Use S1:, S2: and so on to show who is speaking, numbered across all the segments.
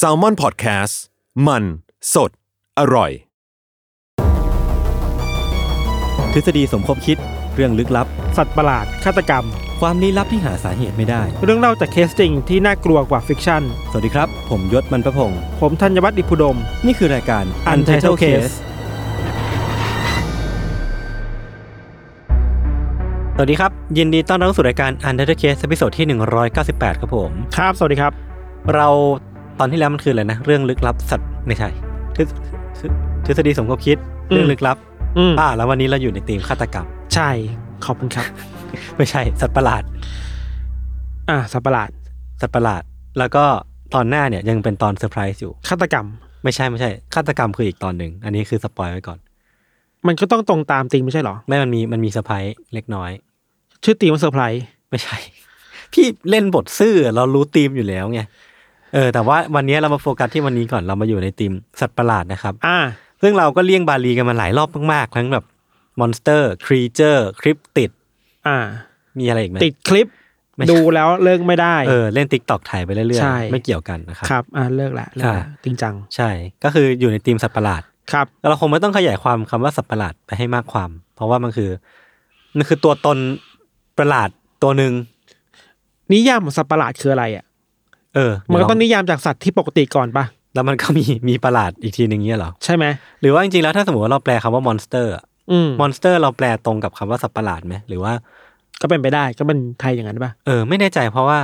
S1: s a l m o n PODCAST มันสดอร่อย
S2: ทฤษฎีสมคบคิดเรื่องลึกลับ
S3: สัตว์ประหลาด ฆาตกรรม
S2: ความลี้ลับที่หาสาเหตุไม่ได้
S3: เรื่องเล่าจากเคสจริงที่น่ากลัวกว่าฟิกชั่น
S2: สวัสดีครับ ผมยศมันประพงศ์
S3: ผมธัญวัฒน์อิพุดม
S2: นี่คือรายการ Untitled Case สวัสดีครับ ยินดีต้อนรับสู่รายการ Untitled Case ตอนที่ 198 ครับผม
S3: ครับ สวัสดีครับ
S2: เราตอนที่แล้วมันคืออะไรนะ เรื่องลึกลับสัตว์ไม่ใช่ทฤษทฤทฤษฎีสมคบคิดเรื่องลึกลับ
S3: อืม
S2: อ่าแล้ววันนี้เราอยู่ในธีมฆาตกรรม
S3: ใช่ ขอบคุณครับ
S2: ไม่ใช่ สัตว์ประหลาด
S3: อ่า สัตว์ประหลาด
S2: สัตว์ประหลาด แล้วก็ตอนหน้าเนี่ยยังเป็นตอนเซอร์ไพรส์อยู่
S3: ฆาตกรรม
S2: ไม่ใช่ไม่ใช่ฆาตกรรมคืออีกตอนหนึ่ง อันนี้คือสปอยไว้ก่อน
S3: มันก็ต้องตรงตามตีมไม่ใช่เหรอ
S2: ไม่มันมีมันมีสปายเล็กน้อย
S3: ชื่อตีมมันเซอร์ไพรส์
S2: ไม่ใช่ พี่เล่นบทซื่อเรารู้ธีมอยู่แล้วไงเออ แต่ว่าวันนี้เรามาโฟกัสที่วันนี้ก่อนเรามาอยู่ในธีมสัตว์ประหลาดนะครับ
S3: อ่า
S2: ซึ่งเราก็เลี่ยงบาลีกันมาหลายรอบมากๆ ทั้งแบบมอนสเตอร์ครีเจอร์คริปติด
S3: อ่า
S2: มีอะไรอีกไหม
S3: ติดคลิป
S2: ไม่ใช่
S3: ดูแล้วเลิกไม่ได้
S2: เออเล่นติ๊กตอกถ่ายไปเรื่อย
S3: ใช่
S2: ๆ ไม่เกี่ยวกันนะครับ
S3: ครับ อ่า เลิกละเลิกละ
S2: อ่า
S3: จริงจัง
S2: ใช่ก็คืออยู่ในธีมสัตว์ประหลาด
S3: ครับ
S2: เราคงไม่ต้องขยายความคำว่าสัตว์ประหลาดไปให้มากความ เพราะว่ามันคือ มันคือตัวตนประหลาดตัวหนึ่ง
S3: นิยามของสัตว์ประหลาดคืออะไรอ่ะ
S2: เออ
S3: มันก็ต้อง
S2: เดี๋ยวล
S3: นิยามจากสัตว์ที่ปกติก่อนปะ
S2: แล้วมันก็มี มีประหลาดอีกทีหนึ่งเงี้ยเหรอ
S3: ใช่ไหม
S2: หรือว่าจริงๆแล้วถ้าสมมติว่าเราแปลคำว่ามอนสเตอร์
S3: อืม
S2: มอนสเตอร์เราแปลตรงกับคำว่าสัตว์ประหลาดไหมหรือว่า
S3: ก็เป็นไปได้ ก็เป็นไทยอย่างนั้นปะ
S2: เออไม่แน่ใจเพราะว่า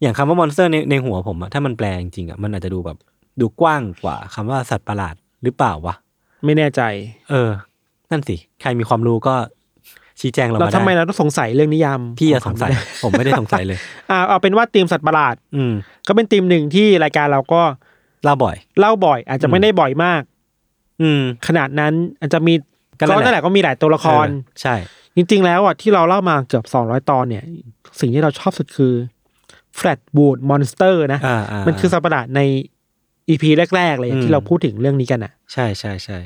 S2: อย่างคำว่ามอนสเตอร์ในในหัวผมอะถ้ามันแปลจริงๆอะมันอาจจะดูแบบดูกว้างกว่าคำว่าสัตว์ประหลาดหรือเปล่าวะ
S3: ไม่แน่ใจ
S2: เออ นั่นสิใครมีความรู้ก็ชี้แจงเรา
S3: เรา
S2: มา
S3: ทำไม
S2: ได้
S3: เราต้องสงสัยเรื่องนิยาม
S2: พี่อะสงสัย
S3: ของ
S2: ผม
S3: ค
S2: ไม่ได้สงสัยเลย
S3: ำอ่า เอาเป็นว่าตีมสัตว์ประหลาด
S2: อืม
S3: ก็เป็นธีมหนึ่งที่รายการเราก็
S2: เล่าบ่อย
S3: เล่าบ่อย อาจจะไม่ได้บ่อยมาก
S2: อืม
S3: ขนาดนั้นอาจจะมี
S2: ก็
S3: ก็
S2: นั่นแหละ
S3: นั่นแหละก็มีหลายตัวละคร
S2: เออใช่
S3: จริงๆแล้วอ่ะที่เราเล่ามาเกือบ 200 ตอนเนี่ย สิ่งที่เราชอบสุดคือแฟลตบูดมอนสเตอร์นะ
S2: อ่าอ่า
S3: มันคือสัตว์ประหลาดในอีพีแรก ๆ เลย
S2: อืม
S3: ที่เราพูดถึงเรื่องนี้กันอ่ะ
S2: ใช่ใช่ใช่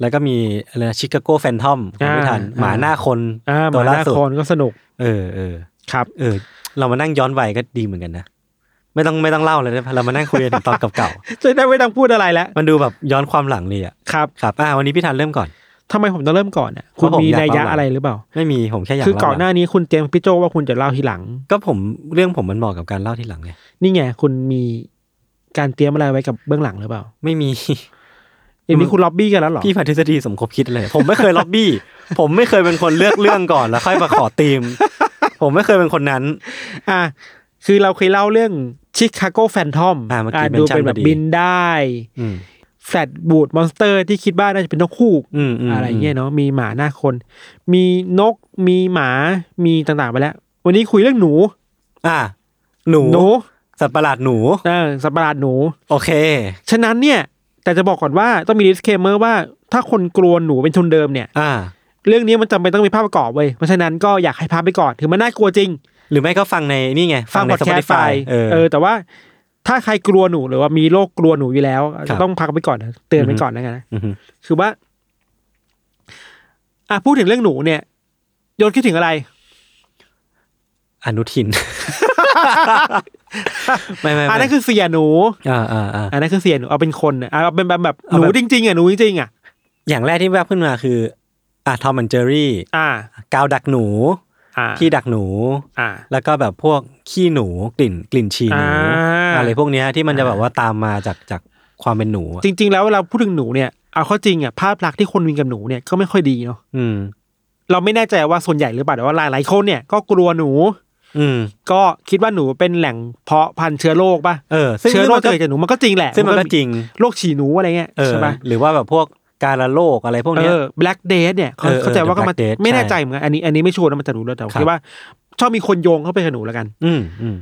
S2: แล้วก็มีอะไรชิคาโกแฟนทอมของพิธัน
S3: อ่า
S2: หมาหน้าคน
S3: อ่าห
S2: ตัว
S3: มาห
S2: ล่า
S3: น้า
S2: สุด
S3: คนก็สนุก
S2: เออเออ
S3: ครับ
S2: เออ เรามานั่งย้อนวัยก็ดีเหมือนกันนะ ไม่ต้องไม่ต้องเล่าเลยนะเรามานั่งคุยกันถึงตอนเก่า
S3: จะได้ไม่ต้องพูดอะไรแล้ว
S2: ๆมันดู แบบย้อนความหลังเลยอ่ะ
S3: ครับ
S2: ครับอ่าวันนี้พี่ธันเริ่มก่อน
S3: ทำไมผมต้องเริ่มก่อนอ่ะคุณ
S2: เพราะผม
S3: มี
S2: อยาก
S3: นัยยะ
S2: เล่า
S3: อะไรหรือเปล่า
S2: ไม่มีผมแค่อยาก
S3: คือ
S2: เล่า
S3: ก่อนหน้านี้คุณเตรียมพี่โจว่าคุณจะเล่าทีหลัง
S2: ก็ผมเรื่องผมมันเหมาะกับการเล่าที่หลังไง
S3: นี่ไงคุณมีการเตรียมอะไรไว้กับเบื้องหลังหรือเปล่า
S2: ไม่มี
S3: อย่างนี้คุณล็อบบี้กันแล้วเหรอ
S2: พี่พันทฤษฎีสมคบคิดเลย ผมไม่เคยล็อบบี้ ผมไม่เคยเป็นคนเลือกเรื่องก่อนแล้วค่อยมาขอธีม ผมไม่เคยเป็นคนนั้น
S3: อ่ะ คือเราเคยเล่าเรื่องชิคาโกแฟนทอม
S2: อ่ะเมื่อกี้
S3: ดู
S2: mention
S3: เป็นแบ
S2: พ
S3: บ
S2: อดี
S3: บินได้
S2: อืม
S3: แฟลตบูดมอนสเตอร์ที่คิดว่าน่าจะเป็นนกคู่
S2: อืมม
S3: อะไรเงี้ยเนาะมีหมาหน้าคน มีนกมีหมามีต่างๆไปแล้ว วันนี้คุยเรื่องหนู
S2: อ่ะหนู
S3: หนู
S2: สัตว์ประหลาดหนู
S3: เออสัตว์ประหลาดหนู
S2: โอเค
S3: ฉะนั้นเนี่ย แต่จะบอกก่อนว่าต้องมี disclaimer ว่าถ้าคนกลัวหนูเป็นทุนเดิมเนี่ย
S2: อ่า
S3: เรื่องนี้มันจำเป็นต้องมีภาพประกอบเว้ยเพราะฉะนั้นก็อยากให้ภาพไปก่อนถือมันน่ากลัวจริง
S2: หรือไม่ก็ฟังในนี่ไง
S3: ฟั
S2: ฟั
S3: ง
S2: งใน
S3: พอดแคสต์
S2: Spotify
S3: เอ
S2: เอ
S3: อ
S2: อ
S3: แต่ว่าถ้าใครกลัวหนูหรือว่ามีโรคกลัวหนูอยู่แล้ว
S2: ครับ
S3: ต้องพักไปก่อนนะเตือนไป
S2: อือฮึ
S3: ก่อนแล้วกันนะ
S2: อือฮึ
S3: คือว่า อ่ะพูดถึงเรื่องหนูเนี่ยโยนคิดถึงอะไร
S2: อนุทิน ไม่ไม่
S3: อัน
S2: ไม่
S3: นั้นคือเสียหนู
S2: อ่าอ่าอ่า
S3: อันนั้นคือเสียหนูเอาเป็นคนน่ะอ่ะเอาเป็นแบบแบบ
S2: เอา
S3: หนู
S2: แบบ
S3: จริงๆอ่ะหนูจริงๆอ่ะ
S2: อย่างแรกที่แวบขึ้นมาคือ อ่าทอมแอนเจอรี่
S3: อ่าก
S2: าวดักหนู
S3: อ่า
S2: ที่ดักหนู
S3: อ่า
S2: แล้วก็แบบพวกขี้หนูกลิ่นกลิ่นฉี่หนู
S3: อ่า
S2: อะไรพวกเนี้ยที่มันจะแบบว่าตามมาจากจากความเป็นหนูอะ
S3: จริง ๆ แล้วเวลาพูดถึงหนูเนี่ยเอาเข้อจริงอ่ะภาพลักษณ์ที่คนมีกับหนูเนี่ยก็ไม่ค่อยดีเนาะ
S2: อืม
S3: เราไม่แน่ใจว่าส่วนใหญ่หรือเปล่าแต่ว่าหลายๆคนเนี่ยก็กลัวหนู
S2: อืม
S3: ก็คิดว่าหนูเป็นแหล่งเพาะพันธุ์เชื้อโรคป่ะ
S2: เออ ซึ่ง
S3: เชื้อโร
S2: มั
S3: ค
S2: นก็
S3: เกิดจากหนูมันก็จริงแหละ
S2: ซึ่งมันก็จริง
S3: โรคฉี่หนูอะไรเงี้ย
S2: เออ
S3: ใช่ปะ
S2: หรือว่าแบบพวกการละโรคอะไรพวก
S3: เอ
S2: เนี้ย
S3: อ black death เนี่ยเขา
S2: เออเออ
S3: เข้าใจว่าก็มา
S2: Black Death
S3: ไม่แน่ใจ
S2: ใช่
S3: เหมือนกันอันนี้อันนี้ไม่ชัวร์นะมันจะรู้แล้วแต่ว่า
S2: ครับ
S3: คิดว่า ชอบมีคนโยงเข้าไปกับหนูแล้วกัน
S2: อืมอืม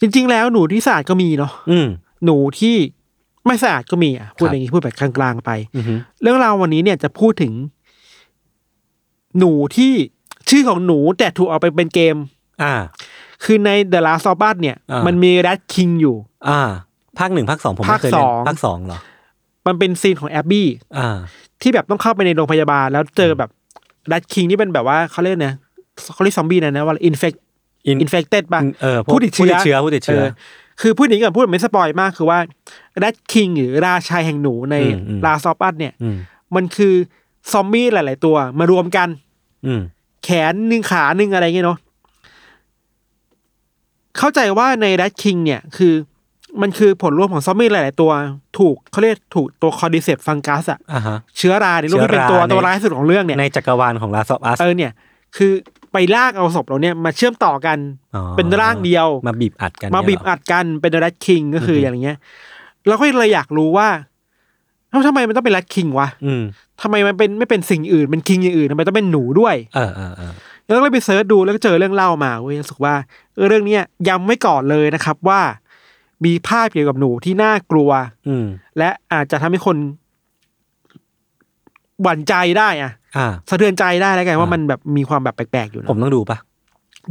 S3: จริง ๆ แล้วหนูที่สะอาดก็มีเนาะ
S2: อืม
S3: หนูที่ไม่สะอาดก็มีอ่ะพูด
S2: ครับ
S3: อย่างนี้พูดแบบกลางๆไป
S2: อือฮึ
S3: เรื่องราววันนี้เนี่ยจะพูดถึง หนูที่ชื่อของหนูแต่ถูกเอาไปเป็นเกม
S2: อ่า
S3: คือใน The Last of Us เนี่ย
S2: อ่ามั
S3: มันมี Red King อยู่
S2: อ่า ภาคหนึ่งภาคสองผมไม่เคยเล่นภา
S3: ภา
S2: ค
S3: ค
S2: ส
S3: ส
S2: อ
S3: อง ง
S2: เหรอ
S3: มันเป็นซีนของแอบบี้
S2: อ่า
S3: ที่แบบต้องเข้าไปในโรงพยาบาล แล้วเจอแบบ Red King ที่เป็นแบบว่าเขาเรียกนะเขาเรียกซอมบี้นะนะว่า infect
S2: In-
S3: infected ป่ะ
S2: เออ
S3: ผู้ติดเชื้อ
S2: ผู้ติดเชื้อผู้ติดเชื้อ
S3: คือพูดอย่างนี้ก่อนพูดแบบไม่สปอยมากคือว่า Red King หรือราชายแห่งหนูใน
S2: อืมอืม
S3: Last of Us เนี่ย
S2: อืม
S3: มันคือซอมบี้หลาย ๆ ตัวมารวมกัน
S2: อืม
S3: แขนหนึ่งขาหนึ่งอะไรเงี้ยเนาะ เข้าใจว่าในแรดคิงเนี่ยคือ มันคือผลรวมของซอมบี้หลาย ๆ ตัว ถูกเขาเรียกถูกตัวคอร์ดิเซปฟังกัสอะ
S2: อ่าฮะ
S3: เชื้อราในโลกที่เป็น
S2: เชื้
S3: ตัว
S2: อราใน
S3: ตัวร้ายสุดของเรื่องเนี่ย
S2: ในจักรวาลของลาซออัส
S3: เออเนี่ย คือไปลากเอาศพเราเนี่ยมาเชื่อมต่อกัน เป็นร่างเดียว
S2: มาบีบอัดกัน
S3: มาบีบ
S2: เนี่ยเหร
S3: อัดกันเป็นแรดคิงก็คือ
S2: อฮึ
S3: อย่างเงี้ยเราก็เลยอยากรู้ว่าเอ้าทำไมมันต้องเป็นแรดคิงวะ
S2: อืม
S3: ทำไมมันเป็นไม่เป็นสิ่งอื่นเป็นคิงอย่างอื่นทำไมต้องเป็นหนูด้วย
S2: เออเออเออ
S3: แล้วก็เลยไปเสิร์ชดูแล้วก็เจอเรื่องเล่ามาเว้ยรู้สึกว่าเออเรื่องเนี้ยย้ำไว้ก่อนเลยนะครับว่า มีภาพเกี่ยวกับหนูที่น่ากลัว
S2: อืม
S3: และอาจจะทำให้คนหวั่นใจได้อะ
S2: อ่า
S3: สะเทือนใจได้แล้วกันว่า
S2: อ่ามั
S3: มันแบบมีความแบบแปลกๆอยู่นะ
S2: ผมต้องดูปะ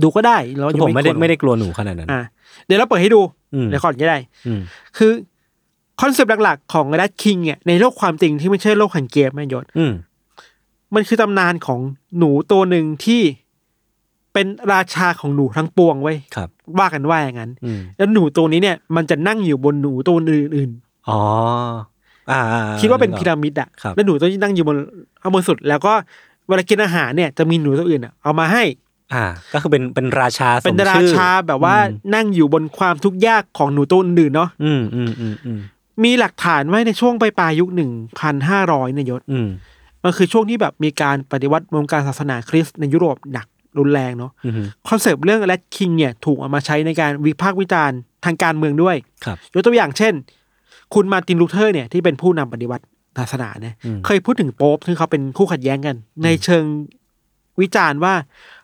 S3: ดูก็ได้เรา
S2: คือ
S3: ยัง
S2: ผมไม่ได้
S3: กลัว
S2: ไม่ได้กลัวหนูขนาดนั้น
S3: อ่ะเดี๋ยวเราเปิดให้ดู
S2: อืม
S3: เดี๋ยวก่อนก็ได้
S2: อืม
S3: คือคอนเซปต์หลักๆของแรดคิงเนี่ยในโลกความจริงที่ไม่ใช่โลกแห่งเกมแม่ยศ
S2: อืม
S3: มันคือตำนานของหนูตัวหนึ่งที่เป็นราชาของหนูทั้งปวงเว้ย
S2: ครับ
S3: ว่ากันว่าอย่างนั้น
S2: อืม
S3: แล้วหนูตัวนี้เนี่ยมันจะนั่งอยู่บนหนูตัวอื่น
S2: อ๋อ อ่าอ่
S3: ๆคิดว่าเป็
S2: ก
S3: น
S2: ออก
S3: พีระมิดอะ
S2: ครับ
S3: แล้วหนูตัวที่นั่งอยู่บนเอาบนสุด แล้วก็เวลากินอาหารเนี่ยจะมีหนูตัวอื่นอะเอามาให้
S2: อ่า ก็คือเป็นเป็นราชาสม
S3: เป็นรา
S2: ชื่อ
S3: ชาแบบว่า
S2: อืม
S3: นั่งอยู่บนความทุกข์ยากของหนูตัวอื่นๆเนาะ
S2: อืมอืมอืมอืม
S3: มีหลักฐานไว้ในช่วงปลายปลายยุคหนึ่งพันห้าร้อยนยศ
S2: อืม
S3: มันคือช่วงที่แบบมีการปฏิวัติวงการศาสนาคริสต์ในยุโรปหนักรุนแรงเนาะ
S2: อืม
S3: คอนเซปต์เรื่องแรดคิงเนี่ยถูกเอามาใช้ในการวิพากษ์วิจารณ์ทางการเมืองด้วย
S2: ครับ
S3: ยกตัวอย่างเช่น คุณมาร์ตินลูเทอร์เนี่ยที่เป็นผู้นำปฏิวัติศาสนาเนี่ย
S2: อืม
S3: เคยพูดถึงโป๊ปซึ่งเขาเป็นคู่ขัดแย้งกัน ในเชิงวิจารณ์ว่า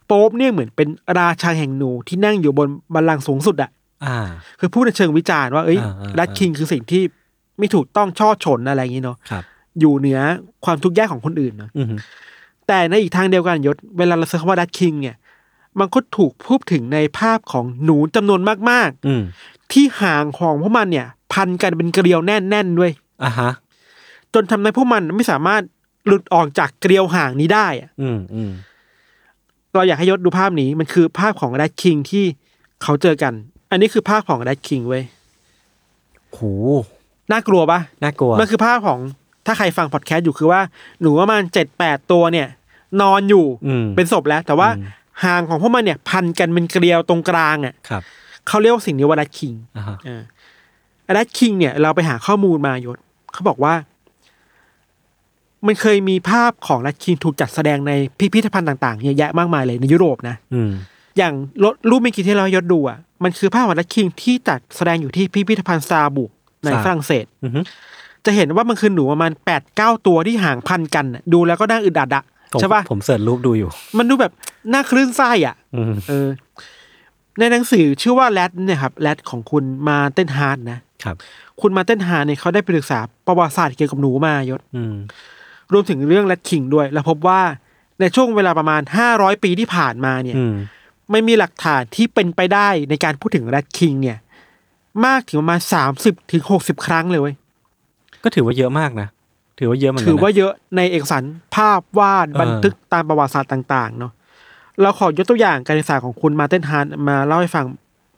S3: โป๊ปเนี่ยเหมือนเป็นราชาแห่งหนูที่นั่งอยู่บนบัลลังก์สูงสุดอะ
S2: อ่า
S3: คือพูดในเชิงวิจารณ์ว่าเอ้ย
S2: อ่าอ่า
S3: รัด
S2: อ่า
S3: คิงคือสิ่งที่ไม่ถูกต้องช่อชนอะไรอย่างนี้เนาะ
S2: ครับ
S3: อยู่เหนือความทุกข์ยากของคนอื่นเนาะ
S2: อืม
S3: แต่ในอีกทางเดียวกันยศเวลาเราเซิร์ชคำว่ารัดคิงเนี่ยมันก็ถูกพูดถึงในภาพของหนูจำนวนมากๆ
S2: อืม
S3: ที่ห่างของพวกมันเนี่ย พันกันเป็นเกลียวแน่นๆด้วย
S2: อ่าฮะ
S3: จนทำให้พวกมันไม่สามารถหลุดออกจากเกลียวห่างนี้ได้อะ
S2: อืมอืม
S3: เราอยากให้ยศดูภาพนี้มันคือภาพของแรดคิงที่เขาเจอกัน อันนี้คือภาพของแรดคิงเว้ย
S2: โห
S3: น่ากลัวปะ
S2: น่ากลัว
S3: มันคือภาพของถ้าใครฟังพอดแคสต์อยู่คือว่าหนูประมาณเจ็ดแปดตัวเนี่ย นอนอยู่
S2: อืม
S3: เป็นศพแล้ว แต่ว่า
S2: อืม
S3: ห่างของพวกมันเนี่ย พันกันเป็นเกลียวตรงกลางอ่ะ
S2: ครับ
S3: เขาเรียกว่าสิ่งนี้ว่าแรดคิง
S2: อ่าฮะ
S3: แรดคิงเนี่ยเราไปหาข้อมูลมายศเขาบอกว่า มันเคยมีภาพของแรดคิงถูกจัดแสดงในพิพิธภัณฑ์ต่างๆเยอะแยะมากมายเลยในยุโรปนะ
S2: อืม
S3: อย่างรถรูปเมื่อกี้ที่เราให้ยศดูอ่ะมันคือภาพของแรดคิงที่จัดแสดงอยู่ที่พิพิธภัณฑ์ซาบุกใน
S2: ซา
S3: ฝรั่งเศส
S2: อือฮึ
S3: จะเห็นว่ามันคือหนูประมาณแปดเก้าตัวที่ห่างพันกันน่ะดูแล้วก็น่าอึดอัดอะ
S2: ผม
S3: ใช่ปะ
S2: ผมเสิร์ชรูปดูอยู่
S3: มันดูแบบน่าคลื่นไส้อ่ะ
S2: อืม
S3: เออ ในหนังสือชื่อว่าแรดเนี่ยครับแรดของคุณมาเต้นฮาร์ดนะ
S2: ครับ
S3: คุณมาร์เต้นฮาร์เนี่ยเขาได้ไปศึกษาประวัติศาสตร์เกี่ยวกับหนูมายศ
S2: อืม
S3: รวมถึงเรื่องแรดคิงด้วย แล้วพบว่าในช่วงเวลาประมาณ 500 ปีที่ผ่านมาเนี่ย
S2: อืม
S3: ไม่มีหลักฐานที่เป็นไปได้ในการพูดถึงแรดคิงเนี่ย มากถึงประมาณ 30ถึง60 ครั้งเลยเว้ย
S2: ก็ถือว่าเยอะมากนะ ถือว่าเยอะเหมือนกัน
S3: ถือว่า
S2: นะ
S3: เยอะในเอกสารภาพวาด
S2: เออ
S3: บันทึกตามประวัติศาสตร์ต่าง ๆ เนาะเราขอยกตัวอย่างการศึกษาของคุณมาร์เต้นฮาร์มาเล่าให้ฟัง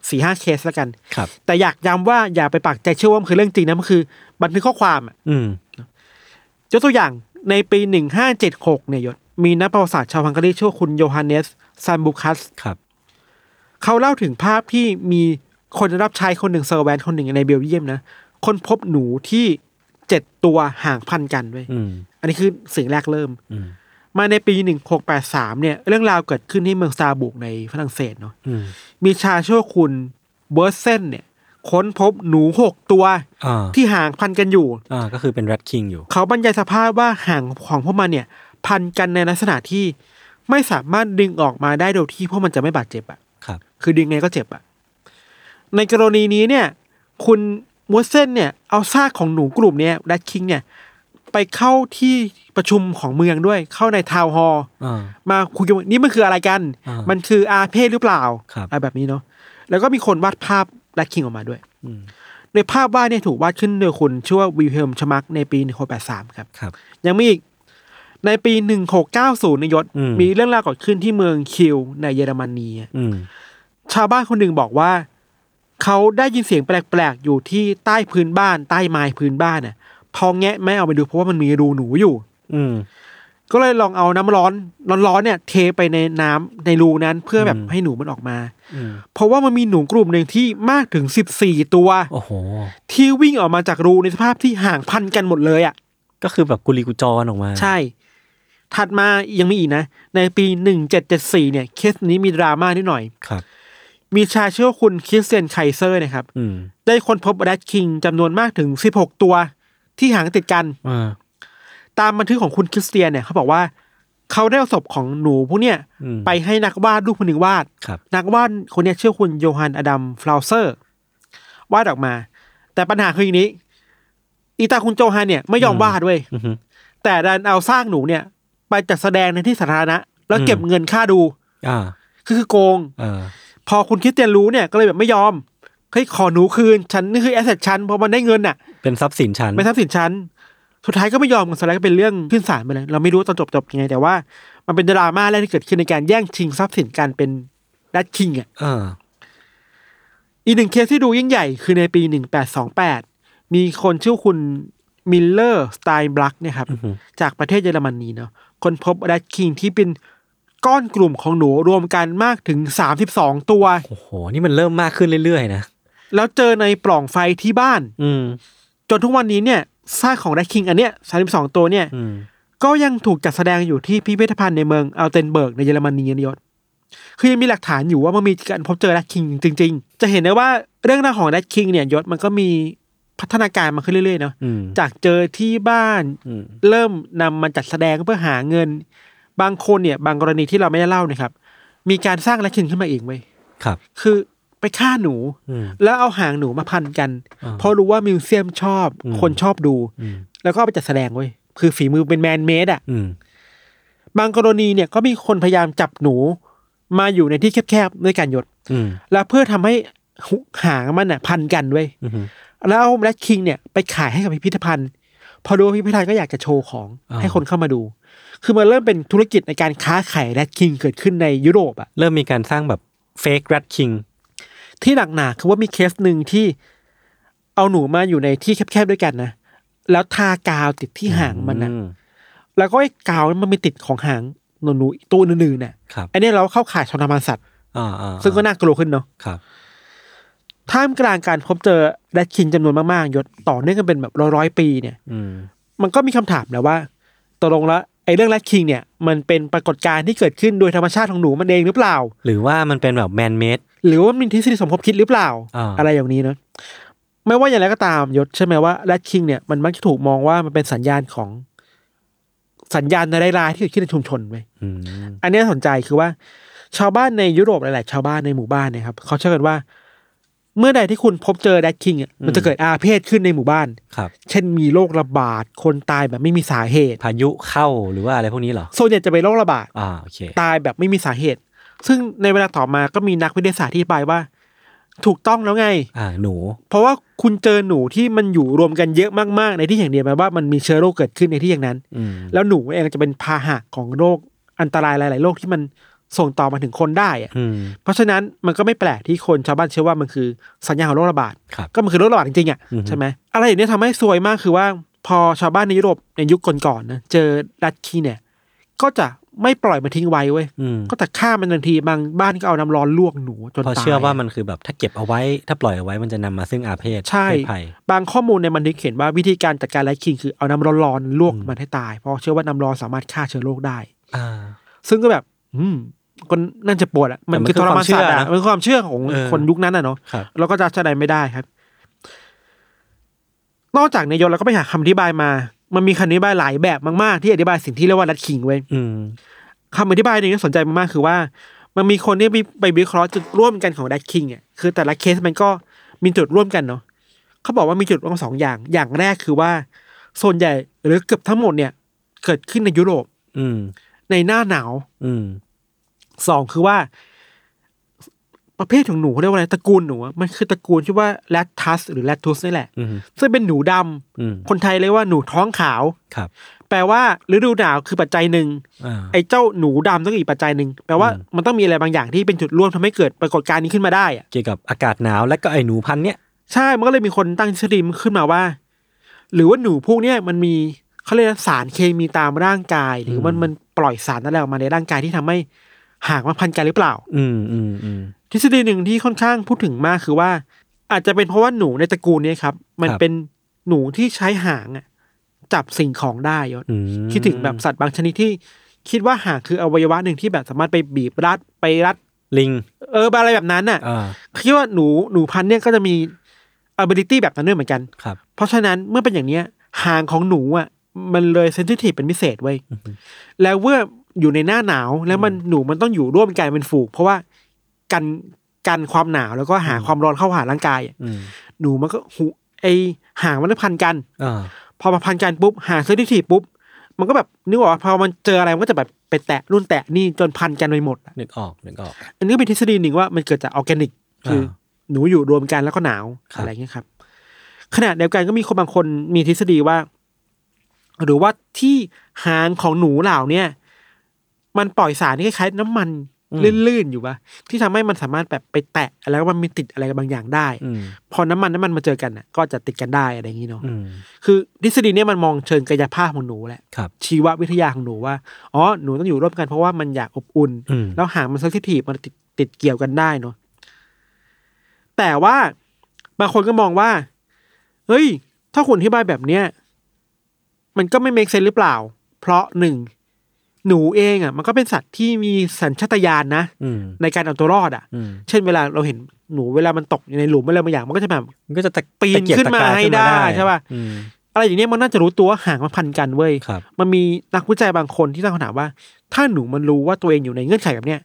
S3: สี่ห้าเคสแล้วกัน
S2: ครับ
S3: แต่อยากย้ำว่าอย่าไปปักใจเชื่อว่ามันคือเรื่องจริงนะมันคือ บันทึกข้อความอะ
S2: อืม
S3: ยกตัวอย่างในปี 1576 เนี่ยยศมีนักประวัติศาสตร์ชาวฮังการีชื่อว่าคุณโยฮันเนสซันบุคัส
S2: ครับ
S3: เขาเล่าถึงภาพที่มีคนรับใช้คนหนึ่งเซอร์แวนคนหนึ่งในเบลเยียมนะคนพบหนูที่เจ็ดตัวห่างพันกันด้วย
S2: อืม
S3: อันนี้คือสิ่งแรกเริ่ม
S2: อืม
S3: มาในปี 1683 เนี่ยเรื่องราวเกิดขึ้นที่เมืองซาบุกในฝรั่งเศสเนาะ
S2: อืม
S3: มีชายชื่อว่าคุณเบอร์เซนเนี่ยค้นพบหนูหกตัว
S2: อ่า
S3: ที่ห่างพันกันอยู่
S2: อ่า ก็คือเป็นแรดคิงอยู่
S3: เขาบรรยายสภาพว่าห่างของพวกมันเนี่ย พันกันในลักษณะที่ไม่สามารถดึงออกมาได้โดยที่พวกมันจะไม่บาดเจ็บอะ่ะ
S2: ครับ
S3: คือดึงไงก็เจ็บอะ่ะ ในกรณีนี้เนี่ย คุณมัวเส้นเนี่ยเอาซากของหนูกลุ่มเนี้ยดัตคิงเนี่ย ไปเข้าที่ประชุมของเมืองด้วย เข้าในทาวน์ฮอลล์
S2: อ่า
S3: มาคุยกันว่านี่มันคืออะไรกัน
S2: อ่ามั
S3: มันคืออาเพศหรือเปล่า
S2: ครับ
S3: อะไรแบบนี้เนาะแล้วก็มีคนวาดภาพดัตคิงออกมาด้วย
S2: อืม
S3: ในภาพวาดเนี่ยถูกวาดขึ้นโดยคุณชื่อว่าวิลเฮลมชมักในปี 1983 ครับ
S2: ครับ
S3: ยังมีอีก ในปี 1690ในยศ
S2: อืม
S3: มีเรื่องราวเกิดขึ้นที่เมืองคิวในเยอรมนีอะ
S2: อืม
S3: ชาวบ้านคนหนึ่งบอกว่า เขาได้ยินเสียงแปลกๆ อยู่ที่ใต้พื้นบ้านใต้ไม้พื้นบ้านน่ะ พอแงะไม่เอาไปดูเพราะว่ามันมีรูหนูอยู่
S2: อืม
S3: ก็เลยลองเอาน้ำร้อนร้อนๆเนี่ยเทไปในน้ำในรูนั้นเพื่อแบบ
S2: อืม
S3: ให้หนูมันออกมา
S2: อืม
S3: เพราะว่ามันมีหนูกลุ่มหนึ่งที่มากถึง 14 ตัว
S2: โอ้โห
S3: ที่วิ่งออกมาจากรูในสภาพที่ห่างพันกันหมดเลยอ่ะ
S2: ก็คือแบบกุลีกุจรออกมา
S3: ใช่ ถัดมายังมีอีกนะ ในปี 1774 เนี่ย เคสนี้มีดราม่านิดหน่อย
S2: ครับ
S3: มีชายชื่อว่าคุณคริสเตียนไคเซอร์นะครับ
S2: อืม
S3: ได้ค้นพบแรดคิงจำนวนมากถึง 16 ตัว ที่หางติดกัน
S2: อ่า
S3: ตามบันทึกของคุณคริสเตียนเนี่ยเขาบอกว่า เขาได้เอาศพของหนูพวกเนี่ย
S2: อืม
S3: ไปให้นักวาดรูปคนหนึ่งวาด
S2: ครับ
S3: นักวาดคนเนี้ชื่อคุณโยฮันอดัมฟลาวเซอร์ วาดออกมา แต่ปัญหาคืออย่างนี้ อีตาคุณโจฮันเนี่ยไม่ยอม
S2: อืม
S3: วาดเว้ย
S2: อือฮึ
S3: แต่ดันเอาสร้างหนูเนี่ย ไปจัดแสดงในที่สาธารณะ แล้วเก็บเงินค่าดู
S2: อ่า
S3: คือคือโกง
S2: เออ
S3: พอคุณคริสเตียนรู้เนี่ยก็เลยแบบไม่ยอมเฮ้ยขอหนูคืน ฉันนี่คือแอสเซทฉันเพราะมันได้เงินน่ะ
S2: เป็นทรัพย์สินฉัน
S3: ไม่ทรัพย์สินฉัน สุดท้ายก็ไม่ยอมกันสุดท้ายก็เป็นเรื่องขึ้นศาลไปเลย เราไม่รู้ตอนจบจบยังไง แต่ว่า มันเป็นดราม่าแรกที่เกิดขึ้นในการแย่งชิงทรัพย์สินการเป็นดัชคิงอ่ะ
S2: เออ
S3: อีกหนึ่งเคสที่ดูยิ่งใหญ่คือในปีหนึ่งแปดสองแปดมีคนชื่อคุณมิลเลอร์สไตน์บลักเนี่ยครับ
S2: อือฮึ
S3: จากประเทศเยอรมนีเนาะคนพบแรดคิงที่เป็นก้อนกลุ่มของหนูรวมกันมากถึง 32 ตัว
S2: โอ้โห นี่มันเริ่มมากขึ้นเรื่อยๆนะ
S3: แล้วเจอในปล่องไฟที่บ้าน
S2: อืม
S3: จนทุกวันนี้เนี่ยซากของแรดคิงอันเนี้ย32 ตัวเนี่ย
S2: อืม
S3: ก็ยังถูกจัดแสดงอยู่ที่พิพิธภัณฑ์ในเมืองอัลเทนเบิร์กในเยอรมนีนะยศคือยังมีหลักฐานอยู่ว่ามันมีการพบเจอแรดคิงจริง ๆ จะเห็นได้ว่าเรื่องราวของแรดคิงเนี่ยยศมันก็มีพัฒนาการมาขึ้นเรื่อยๆเนาะ
S2: อืม
S3: จากเจอที่บ้าน
S2: อืม
S3: เริ่มนำมันจัดแสดงเพื่อหาเงิน บางคนเนี่ย บางกรณีที่เราไม่ได้เล่าเนะครับ มีการสร้างและคินขึ้นมาเองไว้ย
S2: ครับ
S3: คือไปฆ่าหนู
S2: อืม
S3: แล้วเอาหางหนูมาพันกัน
S2: อ่า
S3: เพราะรู้ว่ามิวเซียมชอบ
S2: อืม
S3: คนชอบดู
S2: อืม
S3: แล้วก็เอาไปจัดแสดงเว้ยคือฝีมือเป็นแมนเมดอ่ะ
S2: อืม
S3: บางกรณีเนี่ยก็มีคนพยายามจับหนู มาอยู่ในที่แคบๆด้วยการยศ
S2: อืม
S3: แล้วเพื่อทำให้หุหางมันอ่ะพันกันเว้ย
S2: อืม
S3: แล้วเอาแบล็คคิงเนี่ยไปขายให้กับพิพิธภัณฑ์ พอรู้ว่าพิพิธภัณฑ์ก็อยากจะโชว์ของ
S2: อ่า
S3: ให้คนเข้ามาดู คือมันเริ่มเป็นธุรกิจในการค้าขายแรดคิงเกิดขึ้นในยุโรปอะ
S2: เริ่มมีการสร้างแบบเฟกแรดคิง
S3: ที่หนักหนาคือว่ามีเคสหนึ่งที่เอาหนูมาอยู่ในที่แคบๆด้วยกันนะแล้วทากาวติดที่หางมันนะแล้วก็ไอ้กาวนั้นมันไปติดของหางหนูหนูๆตัวหนึ่งๆน่ะ
S2: ครับ
S3: อันนี้เราเข้าข่ายทรมานสัตว์
S2: อ่าอ่า
S3: ซึ่งก็น่ากลัวขึ้นเนาะ
S2: ครับ
S3: ท่ามกลางการพบเจอแรดคิงจำนวนมากๆยศต่อเนื่องกันเป็นแบบร้อยๆปีเนี่ย
S2: อืม
S3: มันก็มีคำถามนะว่าตกลงแล้วไอ้เรื่องแรดคิงเนี่ย มันเป็นปรากฏการณ์ที่เกิดขึ้นโดยธรรมชาติของหนูมันเองหรือเปล่า
S2: หรือว่ามันเป็นแบบแมนเมด
S3: หรือว่ามันมีทฤษฎีสมคบคิดหรือเปล่า
S2: อ่า
S3: อะไรอย่างนี้เนอะไม่ว่าอย่างไรก็ตามยศใช่ไหมว่าแรดคิงเนี่ยมันมักจะถูกมองว่ามันเป็นสัญญาณของสัญญาณในร้ายๆที่เกิดขึ้นในชุมชนไย
S2: อืม
S3: อันเนี้ยน่าสนใจคือว่า ชาวบ้านในยุโรปหลายๆ ชาวบ้านในหมู่บ้านเนยครับเขาเชื่อกันว่า เมื่อใดที่คุณพบเจอแรดคิงอ่ะมันจะเกิดอาเพศขึ้นในหมู่บ้าน
S2: ครับ
S3: เช่นมีโรคระบาดคนตายแบบไม่มีสาเหตุ
S2: พายุเข้าหรือว่าอะไรพวกนี้เหรอ
S3: ส่วนใหญ่จะเป็นโรคระบาด
S2: อ่าโอเค
S3: ตายแบบไม่มีสาเหตุ ซึ่งในเวลาต่อมาก็มีนักวิทยาศาสตร์ที่อธิบายว่า ถูกต้องแล้วไง
S2: อ่าหนู
S3: เพราะว่าคุณเจอหนูที่มันอยู่รวมกันเยอะมากๆ ในที่อย่างเดียวแปลว่ามันมีเชื้อโรคเกิดขึ้นในที่อย่างนั้น
S2: อืม
S3: แล้วหนูเองจะเป็นพาหะของโรคอันตรายหลาย ๆ โรคที่มันส่งต่อมาถึงคนได้อะ
S2: อืม
S3: เพราะฉะนั้นมันก็ไม่แปลกที่คนชาวบ้านเชื่อว่ามันคือสัญญาณของโรคระบาด
S2: ครับ
S3: ก็มันคือโรคระบาดจริงๆอ่ะ
S2: อือฮึ
S3: ใช่ไหมอะไรอย่างเนี้ยทำให้ซวยมากคือว่าพอชาวบ้านในยุโรปในยุคก่อนๆนะเจอดัตคีเนี่ยก็จะไม่ปล่อยมันทิ้งไว้เว้ย
S2: อืม
S3: ก็แต่ฆ่ามันทันทีบางบ้านก็เอาน้ำร้อนลวกหนูจน
S2: เพราะ
S3: ตาย
S2: เชื่อว่ามันคือแบบถ้าเก็บเอาไว้ถ้าปล่อยเอาไว้มันจะนำมาซึ่งอาเพศ
S3: ใช่
S2: เพศภัย
S3: บางข้อมูลในบันทึกเขียนว่าวิธีการจัดการไลคิงคือเอาน้ำร้อนๆลวก
S2: อืม
S3: มันให้ตาย เพราะเชื่อว่าน้ำร้อนสามารถฆ่าเชื้อโรคได้
S2: อ่า
S3: ซึ่งก็แบบ อืมก็น่าจะปวดอะมัน
S2: แต่มัน
S3: คือทรมานสัตว์อะ
S2: คือความเชื่อนะ
S3: มันคือความเชื่อของ
S2: เออ
S3: คนยุคนั้นอะเนาะ
S2: ครับ
S3: เราก็จะใช้ไม่ได้ครับ นอกจากในยศเราก็ไปหาคำอธิบายมา มันมีคำอธิบายหลายแบบมากๆที่อธิบายสิ่งที่เรียกว่ารัดคิงเว้ย
S2: อืม
S3: คำอธิบายหนึ่งที่สนใจมากๆคือว่า มันมีคนที่ไปไปวิเคราะห์จุดร่วมกันของแดดคิงอ่ะคือแต่ละเคสมันก็มีจุดร่วมกันเนาะเขาบอกว่ามีจุดร่วมสองอย่าง อย่างแรกคือว่าส่วนใหญ่หรือเกือบทั้งหมดเนี่ย เกิดขึ้นในยุโรป
S2: อืม
S3: ในหน้าหนาว
S2: อืม
S3: สองคือว่า ประเภทของหนูเขาเรียกว่าอะไรตระกูลหนูอะมันคือตระกูลที่ว่าแรดทัสหรือแรดทุสนี่แหละ
S2: อืม
S3: ซึ่งเป็นหนูดำ
S2: อืม
S3: คนไทยเรียกว่าหนูท้องขาว
S2: ครับ
S3: แปลว่าฤดูหนาวคือปัจจัยหนึ่ง
S2: อ่า
S3: ไอ้เจ้าหนูดำต้องอีกปัจจัยหนึ่งแปลว่า
S2: อืม
S3: มันต้องมีอะไรบางอย่างที่เป็นจุดร่วมทำให้เกิดปรากฏการณ์นี้ขึ้นมาได้อะ
S2: เกี่ยวกับอากาศหนาวและก็ไอหนูพันธุ์เนี้ย
S3: ใช่มันก็เลยมีคนตั้งทฤษฎีขึ้นมาว่า หรือว่าหนูพวกเนี้ยมันมีเขาเรียกว่าสารเคมีตามร่างกาย หรือมันมันปล่อยสารอะไรออกมาในร่างกายที่ทำให้หางมันพันกันหรือเปล่า
S2: อืมอืมอืม
S3: ทฤษฎีหนึ่งที่ค่อนข้างพูดถึงมากคือว่า อาจจะเป็นเพราะว่าหนูในตระกูลเนี้ครับ มัน
S2: ครับ
S3: เป็นหนูที่ใช้หางอะจับสิ่งของได้ยศ
S2: อืม
S3: คิดถึงแบบสัตว์บางชนิดที่คิดว่าหางคืออวัยวะหนึ่งที่แบบสามารถไปบีบรัดไปรัด
S2: ลิง
S3: เอออะไรแบบนั้นน่ะ
S2: อ่า
S3: คิดว่าหนูหนูพันธุ์เนี่ยก็จะมี ability แบบนั้นด้วยเหมือนกัน
S2: ครับ
S3: เพราะฉะนั้นเมื่อเป็นอย่างเนี้ยหางของหนูอ่ะมันเลยเซนซิทีฟเป็นพิเศษเว้ย
S2: อือฮึ
S3: แล้วเมื่ออยู่ในหน้าหนาวแล้วมันหนูมันต้องอยู่ร่วมกันเป็นฝูงเพราะว่ากันกันความหนาวแล้วก็หาความร้อนเข้าหาร่างกายอะ
S2: อืม
S3: หนูมันก็หูไอหางมันก็พันกัน
S2: อ่า
S3: พอมาพันกันปุ๊บหาเซนซิทีฟปุ๊บ มันก็แบบนึกออกว่าพอมันเจออะไรมันก็จะแบบไปแตะนู่นแตะนี่จนพันกันไปหมดอะ
S2: นึกออกนึกออก
S3: อันนี้ก็เป็นทฤษฎีหนึ่งว่ามันเกิดจากออร์แกนิก คืออา หนูอยู่รวมกันแล้วก็หนาว
S2: ครับ
S3: อะไรเงี้ยครับขณะเดียวกันก็มีคนบางคนมีทฤษฎีว่า หรือว่าที่หางของหนูเหล่าเนี่ย มันปล่อยสารที่คล้ายๆน้ำมันลื่นๆอยู่ปะที่ทำให้มันสามารถแบบไปแตะแล้วมันมีติดอะไรบางอย่างได้
S2: อืม
S3: พอน้ำมันน้ำมันมาเจอกันน่ะ ก็จะติดกันได้อะไรอย่างนี้เนาะ
S2: อืม
S3: คือทฤษฎีเนี่ยมันมองเชิงกายภาพของหนูแหละ
S2: ครับ
S3: ชีววิทยาของหนูว่า อ๋อ หนูต้องอยู่ร่วมกันเพราะว่ามันอยากอบอุ่น
S2: อืม
S3: แล้วหางมันเซนซิทีฟมันติดติดเกี่ยวกันได้เนาะแต่ว่าบางคนก็มองว่า เฮ้ย ถ้าคุณอธิบายแบบเนี้ยมันก็ไม่เม e เซนหรือเปล่า เพราะหนึ่ง หนูเองอ่ะ มันก็เป็นสัตว์ที่มีสัญชาตญาณนะ
S2: อืม
S3: ในการเอาตัวรอดอ่ะ
S2: อืม
S3: เช่นเวลาเราเห็นหนูเวลามันตกอยู่ในหลุมอะไรบางอย่างมันก็จะแบบ
S2: มันก็จะตะ
S3: ปีน
S2: ตะเกียก
S3: ขึ้นมา
S2: ตะกย
S3: ให้
S2: ขึ้น
S3: ได้ใช่ป่ะ
S2: อืม
S3: อะไรอย่างเนี้ยมันน่าจะรู้ตัวว่าหางมันพันกันเว้ย
S2: ครับ
S3: มันมีนักวิจัยบางคนที่ตั้งคำถามว่า ถ้าหนูมันรู้ว่าตัวเองอยู่ในเงื่อนไขแบบเนี้ย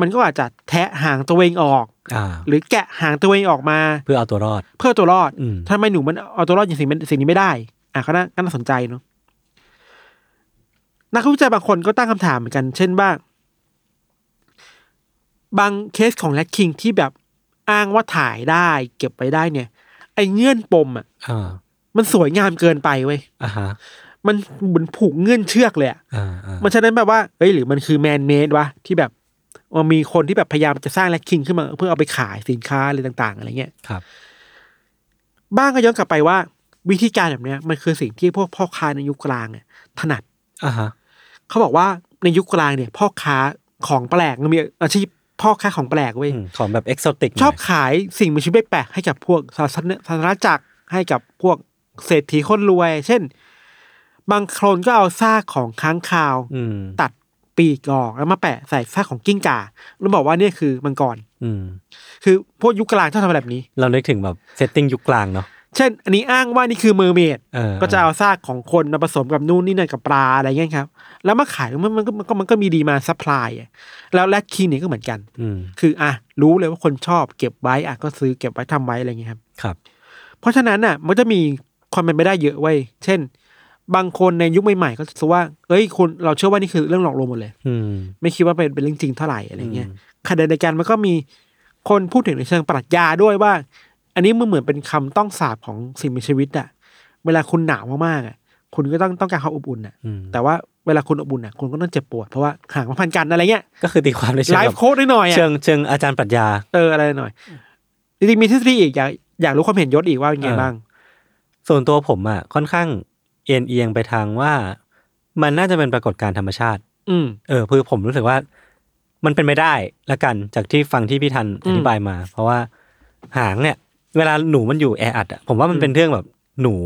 S3: มันก็อาจจะแทะหางตัวเองออก
S2: อ่า
S3: หรือแกะหางตัวเองออกมา
S2: เพื่อเอาตัวรอด
S3: เพื่อตัวรอด
S2: อืม
S3: ทำไมหนูมันเอาตัวรอดอย่างสิ่งนี้สิ่งนี้ไม่ได้อ่ะก็น่าก็น่าสนใจเนาะนักวิจัยบางคนก็ตั้งคำถามเหมือนกัน เช่นว่า บางเคสของแรดคิงที่แบบอ้างว่าถ่ายได้ เก็บไว้ได้เนี่ย ไอ้เงื่อนปมอ่ะ
S2: อ่า
S3: มันสวยงามเกินไปเว้ย
S2: อ่าฮะ
S3: มันเหมือนผูกเงื่อนเชือกเลยอะ
S2: อ่าอ่า
S3: มันฉะนั้นแบบว่า เอ้ย หรือมันคือแมนเมดวะ ที่แบบมันมีคนที่แบบพยายามจะสร้างแลคคิงขึ้นมา เพื่อเอาไปขายสินค้าอะไรต่าง ๆ อะไรเงี้ย
S2: ครับ
S3: บ้างก็ย้อนกลับไปว่า วิธีการแบบเนี้ยมันคือสิ่งที่พวกพ่อค้าในยุคกลางเนี่ยถนัด
S2: อ่าฮะ
S3: เขาบอกว่าในยุคกลางเนี่ย พ่อค้าของแปลกมันมีอาชีพพ่อค้าของแปลกเว้ย
S2: อืมของแบบเอกโซติก
S3: ชอบขายสิ่งมีชีวิตแปลกๆให้กับพวกศาสนศาสนาจักรให้กับพวกเศรษฐีคนรวย เช่น บางคนก็เอาซากของค้างคาว
S2: อืม
S3: ตัดปีกออกแล้วมาแปะใส่ซากของกิ้งก่าแล้วบอกว่าเนี่ยคือมังกร
S2: อืม
S3: คือพวกยุคกลางชอบทำแบบนี้
S2: เรานึกถึงแบบเซตติ้งยุคกลางเนาะ
S3: เช่น อันนี้อ้างว่านี่คือเมอร์เมด
S2: เออ
S3: ก็จะเอาซากของคนมาผสมกับนู่นนี่นั่นกับปลาอะไรเงี้ยครับ แล้วมาขายมันมันก็มันก็มันก็มีดีมาซัพพลายแล้วแรดคีเนี่ยก็เหมือนกัน
S2: อืม
S3: คืออ่ะรู้เลยว่าคนชอบเก็บไว้อ่ะก็ซื้อเก็บไว้ทำไว้อะไรเงี้ยครับ
S2: ครับ
S3: เพราะฉะนั้นน่ะมันจะมีความเป็นไปได้เยอะเว้ยเช่น บางคนในยุคใหม่ๆก็จะรู้ว่า เอ้ยคนเราเชื่อว่านี่คือเรื่องหลอกลวงหมดเลย
S2: อืม
S3: ไม่คิดว่าเป็นเป็นเรื่องจริงเท่าไหร่อะไรเงี้ย
S2: อืม
S3: ขณะเดียวกันมันก็มีคนพูดถึงในเชิงปรัชญาด้วยว่า อันนี้มันเหมือนเป็นคำต้องสาบของสิ่งมีชีวิตอะเวลาคุณหนาวมากๆอะคุณก็ต้องต้องการความอบอุ่นอะ
S2: อืม
S3: แต่ว่าเวลาคุณอบอุ่นอะคุณก็ต้องเจ็บปวดเพราะว่าห่างมาพันกันอะไรเงี้ย
S2: ก็คือตีความในเชิง
S3: ไล
S2: แบบ
S3: ฟ์โค้ดหน่อยๆ
S2: เชิ
S3: อะ
S2: งเชิงอาจารย์ปรัชญา
S3: เอออะไรหน่อยจริงๆมีทฤษฎีอีกอยากอยากรู้ความเห็นยศอีกว่าเป็นไง
S2: เออ
S3: บ้าง
S2: ส่วนตัวผมอ่ะค่อนข้างเอียงเอียงไปทางว่ามันน่าจะเป็นปรากฏการณ์ธรรมชาติ
S3: อืม
S2: เออคือผมรู้สึกว่า มันเป็นไม่ได้ละกันจากที่ฟังที่พี่ทัน
S3: อื
S2: อ
S3: ม
S2: ธิบายมา เพราะว่าหางเนี่ย เวลาหนูมันอยู่แออัดอะผมว่ามันเป็นเรื่องแบบหนู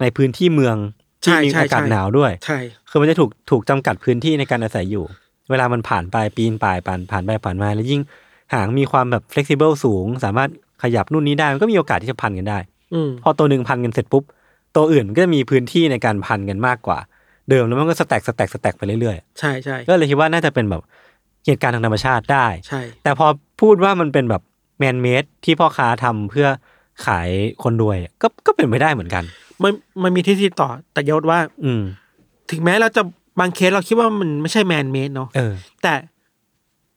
S2: ในพื้นที่เมืองที่
S3: ใช่
S2: มี
S3: ใช่
S2: อากาศ
S3: ใช่
S2: หนาวด้วย
S3: ใช่
S2: คือมันจะถูกถูกจำกัดพื้นที่ในการอาศัยอยู่ เวลามันผ่านไปปีนป่ายผ่านผ่านไปผ่านมา แล้วยิ่งหางมีความแบบ flexible สูง สามารถขยับนู่นนี้ได้ มันก็มีโอกาสที่จะพันกันได้
S3: อืม
S2: พอตัวหนึ่งพันกันเสร็จปุ๊บ ตัวอื่นมันก็จะมีพื้นที่ในการพันกันมากกว่า เดิมแล้วมันก็สแต็กสแต็กสแต็กไปเรื่อย
S3: ใช่ใช่
S2: ๆ ก็เลยคิดว่าน่าจะเป็นแบบ เหตุการณ์ทางธรรมชาติได้
S3: ใช่
S2: แต่พอพูดว่ามันเป็นแบบแมนเมดที่พ่อค้าทำเพื่อขายคนรวยก็ก็เป็นไปได้เหมือนกัน
S3: มันมันมีทฤษฎีต่อแต่ยศว่า
S2: อืม
S3: ถึงแม้เราจะบางเคสเราคิดว่ามันไม่ใช่แมนเมดเนาะ
S2: เออ
S3: แต่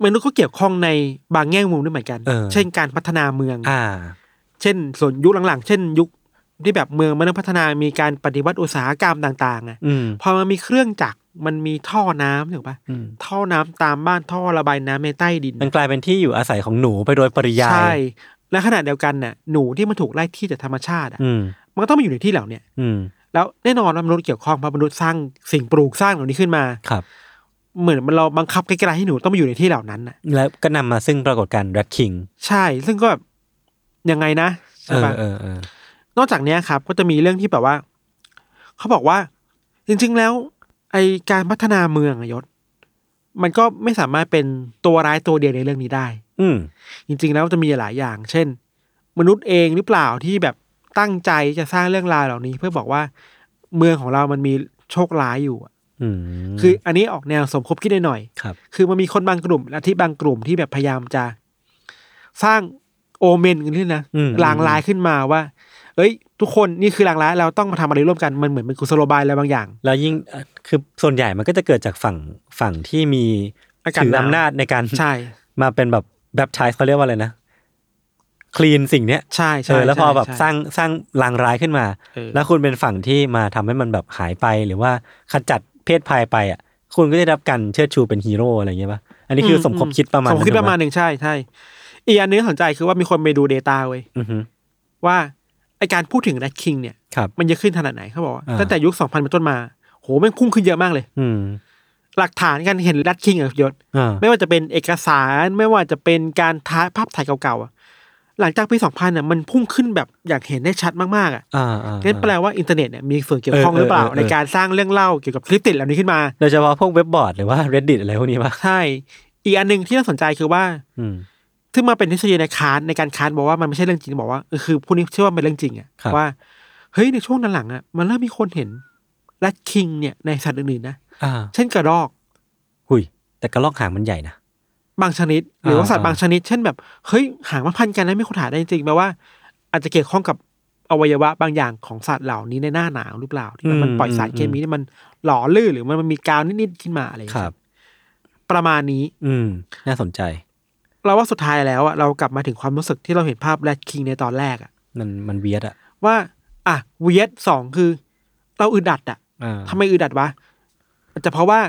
S3: มนุษย์ก็เกี่ยวข้องในบางแง่มุมด้วยเหมือนกัน
S2: เออ
S3: เช่นการพัฒนาเมือง
S2: อ่า
S3: เช่น ส่วนยุคหลังๆ เช่น ยุคที่แบบเมืองมันเริ่มพัฒนามีการปฏิวัติอุตสาหกรรมต่างๆอะ
S2: อืม
S3: พอมันมีเครื่องจักรมันมีท่อน้ำถูกปะ
S2: อืม
S3: ท่อน้ำตามบ้านท่อระบายน้ำในใต้ดิน
S2: มันกลายเป็นที่อยู่อาศัยของหนูไปโดยปริยา
S3: ใช่
S2: ย
S3: และขณะเดียวกันน่ะหนูที่มันถูกไล่ที่จากธรรมชาติอะ
S2: อืม
S3: มันก็ต้องมาอยู่ในที่เหล่าเนี้ย
S2: อืม
S3: แล้วแน่นอนว่ามนุษย์เกี่ยวข้องเพราะมนุษย์สร้างสิ่งปลูกสร้างเหล่านี้ขึ้นมา
S2: ครับ
S3: เหมือนมันเราบังคับไกลๆให้หนูต้องมาอยู่ในที่เหล่านั้นน่ะ
S2: แล้วก็นำมาซึ่งปรากฏการณ์แรดคิง
S3: ใช่ ซึ่งก็แบบยังไงนะ
S2: เอ
S3: ใช่
S2: อ
S3: ปะ
S2: เออเออน
S3: อกจากเนี้ยครับ ก็จะมีเรื่องที่แบบว่า เขาบอกว่า จริง ๆ แล้ว ไอการพัฒนาเมืองอะยศ มันก็ไม่สามารถเป็นตัวร้ายตัวเดียวในเรื่องนี้ได้
S2: อืม
S3: จริง ๆ แล้วจะมีหลายอย่าง เช่น มนุษย์เองหรือเปล่าที่แบบตั้งใจจะสร้างเรื่องราวเหล่านี้ เพื่อบอกว่า เมืองของเรามันมีโชคร้ายอยู่อะ
S2: อืม
S3: คือ อันนี้ออกแนวสมคบคิดหน่อยๆ
S2: ครับ
S3: คือมันมีคนบางกลุ่มและที่บางกลุ่มที่แบบพยายามจะ สร้างโอเมนกันขึ้นนะ
S2: อืม
S3: ลางลายขึ้นมาว่า เอ้ย ทุกคนนี่คือลางลายเราต้องมาทำอะไรร่วมกันมันเหมือนเป็นกุศโลบายอะไรบางอย่าง
S2: แล้วยิ่งเอ่อคือส่วนใหญ่มันก็จะเกิดจากฝั่งฝั่งที่มี
S3: อากาศ
S2: ถือ
S3: หนาว
S2: อำนาจในการ
S3: ใช่
S2: มาเป็นแบบแบปทายเขาเรียกว่าอะไรนะคลีนสิ่งเนี้ย
S3: ใช่
S2: เอ
S3: ใช่
S2: อแล้วพอแบบ
S3: ใช่
S2: สร้างสร้างลางร้ายขึ้นมา
S3: เออ
S2: แล้วคุณเป็นฝั่งที่มาทำให้มันแบบหายไปหรือว่าขจัดเพศภัยไปอ่ะ คุณก็ได้รับการเชิดชูเป็นฮีโร่อะไรอย่างเงี้ยป่ะอันนี้คือสมคบคิดประมาณ
S3: สมคบคิด
S2: นั้น
S3: ประมาณหนึ่งใช่ใช่อีกอันนึงที่สนใจคือว่ามีคนไปดู Data เว้ย
S2: อือฮึ
S3: ว่าไอการพูดถึงแรดคิงเนี่ย
S2: ครับ
S3: มันจะขึ้นขนาดไหนเขาบอกว่า
S2: อ่า
S3: ตั้งแต่ยุค 2000เป็นต้นมาโหแม่งพุ่งขึ้นเยอะมากเลย
S2: อืม
S3: หลักฐานการเห็นแรดคิงอะยศ
S2: อ่า
S3: ไม่ว่าจะเป็นเอกสารไม่ว่าจะเป็นการท้ายภาพถ่ายเก่าๆอะหลังจากปี 2000เนี่ยมันพุ่งขึ้นแบบอยากเห็นได้ชัดมากๆอ่ะ
S2: อ่าอ่า
S3: งั้นแปลว่าอินเทอร์เน็ตเนี่ยมีส่วนเกี่ยวข้อง
S2: เออ
S3: หรือเปล่า
S2: เออเออ
S3: ในการสร้างเรื่องเล่าเกี่ยวกับคลิปติดเหล่านี้ขึ้นมา
S2: โดยเฉพาะพวกเว็บบอร์ดหรือว่า reddit อะไรพวกนี้ป่ะ
S3: ใช่ อีกอันหนึ่งที่น่าสนใจคือว่า
S2: อืม
S3: ซึ่งมาเป็นทฤษฎีในคานในการคานบอกว่ามันไม่ใช่เรื่องจริงบอกว่าเออคือผู้นี้เชื่อว่าเป็นเรื่องจริงอ่ะ
S2: ครับ
S3: ว่าเฮ้ยในช่วงหลังๆอ่ะมันเริ่มมีคนเห็นและคิงเนี่ยในสัตว์อื่นๆนะ
S2: อ่า
S3: เช่นกระรอก
S2: หุยแต่กระลอกหางมันใหญ่นะ
S3: บางชนิด หรือว่า
S2: อ่า
S3: สัตว์
S2: อ่า
S3: บางชนิด เช่นแบบเฮ้ยหางมาพันกันนะไม่ค้นหาได้จริงแปลว่า อาจจะเกี่ยวข้องกับอวัยวะบางอย่างของสัตว์เหล่านี้ในหน้าหนาวหรือเปล่าที่มันมันปล่อยสารเคมีที่มันหล่อลื่นหรือมันมีกาวนิดๆขึ้นมาอะไรอย่าง
S2: ค
S3: เงี้ย
S2: รับ
S3: ประมาณนี้
S2: อืม น่าสนใจ
S3: เราว่าสุดท้ายแล้วอะเรากลับมาถึงความรู้สึกที่เราเห็นภาพแรดคิงในตอนแรกอะ
S2: มันมันเวียดอ่ะ
S3: ว่า อ่ะเวียดสองคือ เราอึดอัดอะ
S2: อ่า
S3: ทำไมอึดอัดวะอาจจะเพราะว่า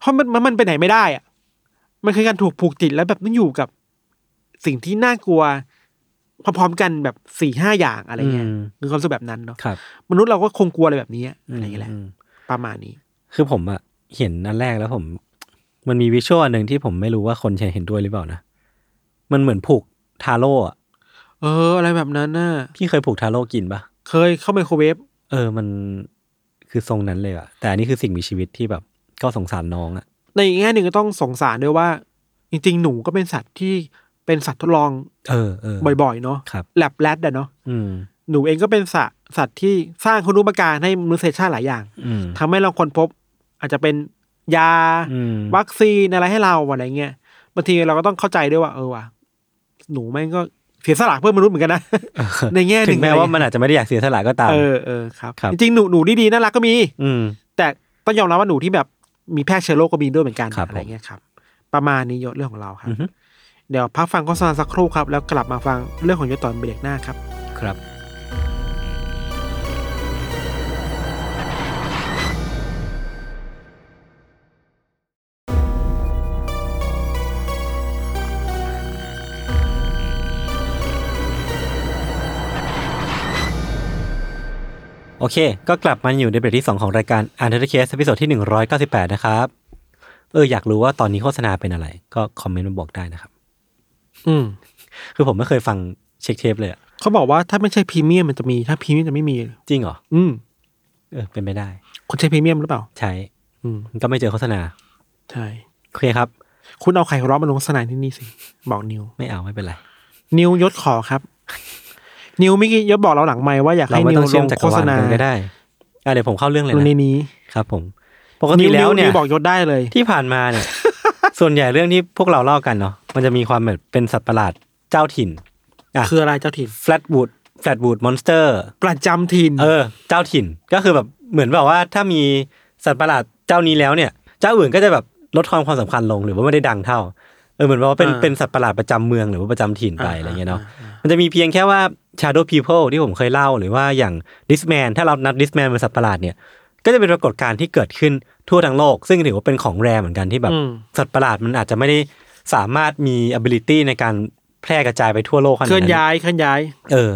S3: เพราะมันมันมันไปไหนไม่ได้อะมันคือการถูกผูกจิตแล้วแบบต้องอยู่กับสิ่งที่น่ากลัวพร้อมๆกันแบบสี่ห้าอย่างอะไรเงี้ย
S2: อืม
S3: คือความรู้สึกแบบนั้นเนาะ
S2: ครับ
S3: มนุษย์เราก็คงกลัวอะไรแบบนี้อะอะไรอย่างเงี้ยแหละ
S2: อืม
S3: ประมาณนี้
S2: คือผมอะเห็นอันแรกแล้วผม มันมีวิชวลอันหนึ่งที่ผมไม่รู้ว่าคนจะเห็นด้วยหรือเปล่านะมันเหมือนผูกทาโร่อะ
S3: เออ อะไรแบบนั้นน่ะ
S2: พี่เคยผูกทาโร่กินปะ
S3: เคยเข้าไมโครเวฟ
S2: เออมันคือทรงนั้นเลยอะแต่อันนี้คือสิ่งมีชีวิตที่แบบก็สงสารน้องอะ
S3: ในอีกแง่หนึ่งก็ต้องสงสารด้วยว่า จริง ๆ หนูก็เป็นสัตว์ที่เป็นสัตว์ทดลอง
S2: เออเออ
S3: บ่อยๆเนาะ
S2: ครับ
S3: แลบแรดอะเนาะ
S2: อืม
S3: หนูเองก็เป็นสัตว์สัตว์ที่สร้างคุณูปการให้มนุษยชาติหลายอย่าง
S2: อืม
S3: ทำให้เราคนพบ อาจจะเป็นยา
S2: อืม
S3: วัคซีนอะไรให้เราอะไรเงี้ยบางทีเราก็ต้องเข้าใจด้วยว่า เออว่ะหนูแม่งก็เสียสละเพื่อมนุษย์เหมือนกันนะ ในแง่หนึ่ง
S2: ถึงแม้
S3: อะไร
S2: ว่ามันอาจจะไม่ได้อยากเสียสละก็ตาม
S3: เออเออครับ
S2: ครับ
S3: จริงๆหนูหนูดีๆน่ารักก็มี
S2: อืม
S3: แต่ต้องยอมรับว่าหนูที่แบบมีแพร่เชื้อโรคก็มีด้วยเหมือนกัน
S2: ครับ
S3: อะไรเงี้ยครับ ประมาณนี้ยศเรื่องของเราครับ
S2: อือฮึ
S3: เดี๋ยวพักฟังโฆษณาสักครู่ครับแล้วกลับมาฟังเรื่องของยศตอนเบรกหน้าครับ
S2: ครับ โอเค ก็กลับมาอยู่ในเบรกที่ 2 ของรายการอันเดอร์เคสพิโซดที่ 198 นะครับ เออ อยากรู้ว่าตอนนี้โฆษณาเป็นอะไร ก็คอมเมนต์มาบอกได้นะครับ
S3: อืม
S2: คือผมไม่เคยฟังเช็คเทปเลยอะ
S3: เขาบอกว่าถ้าไม่ใช่พรีเมียมมันจะมีถ้าพรีเมียมจะไม่มี
S2: จริงเหรอ
S3: อืม
S2: เออ เป็นไปได้
S3: คุณใช้พรีเมียมหรือเปล่า
S2: ใช้
S3: อืม
S2: ก็ไม่เจอโฆษณา
S3: ใช่
S2: โอเคครับ
S3: คุณเอาไข่ร้อนมาลงโฆษณาที่นี่สิ บอกนิว
S2: ไม่เอาไม่เป็นไร
S3: นิวยศขอครับ นิวเมิกี้ยศบอกเราหลังไมค์ว่าอยาก
S2: เรา
S3: ให้
S2: ไม่
S3: นิว
S2: ต้อง
S3: ล
S2: เชื่อง มจัก
S3: โฆ
S2: ร
S3: ษ
S2: วาล
S3: ณา
S2: กันก็ได้อ่ะเดี๋ยวผมเข้าเรื่องเลย
S3: ลงใน
S2: นะ
S3: นี้
S2: ครับ ผม ปกติแล้วเนี่
S3: วย บอกยศได้เลย
S2: ที่ผ่านมาเนี่ย ส่วนใหญ่เรื่องที่พวกเราเล่ากันเนาะมันจะมีความแบบเป็นสัตว์ประหลาดเจ้าถิ่น อ่ะ
S3: คืออะไรเจ้าถิ่น
S2: flatwood flatwood monster
S3: ประจำถิ่น
S2: เออ เจ้าถิ่นก็คือแบบเหมือนแบบว่าถ้ามีสัตว์ประหลาดเจ้านี้แล้วเนี่ย เจ้าอื่นก็จะแบบลดความความสำคัญลงหรือว่าไม่ได้ดังเท่าเออเหมือนแบบว่าเป็นเป็นสัตว์ประหลาดประจำเมืองหรือว่าประจำถิ่นไปอะไรเงี้ยเนาะมันจะมีเพียงแค่ว่า shadow people ที่ผมเคยเล่าหรือว่าอย่าง disman ถ้าเรานับ disman เป็นสัตว์ประหลาดเนี่ย ก็จะเป็นปรากฏการณ์ที่เกิดขึ้นทั่วทั้งโลก ซึ่งถือว่าเป็นของแรร์เหมือนกันที่แบบ
S3: อืม
S2: สัตว์ประหลาดมันอาจจะไม่ได้สามารถมี ability ในการแพร่กระจายไปทั่วโลกขนาด
S3: เคลื่อน
S2: นั้น
S3: ย้ายเคลื่อนย้าย
S2: เออ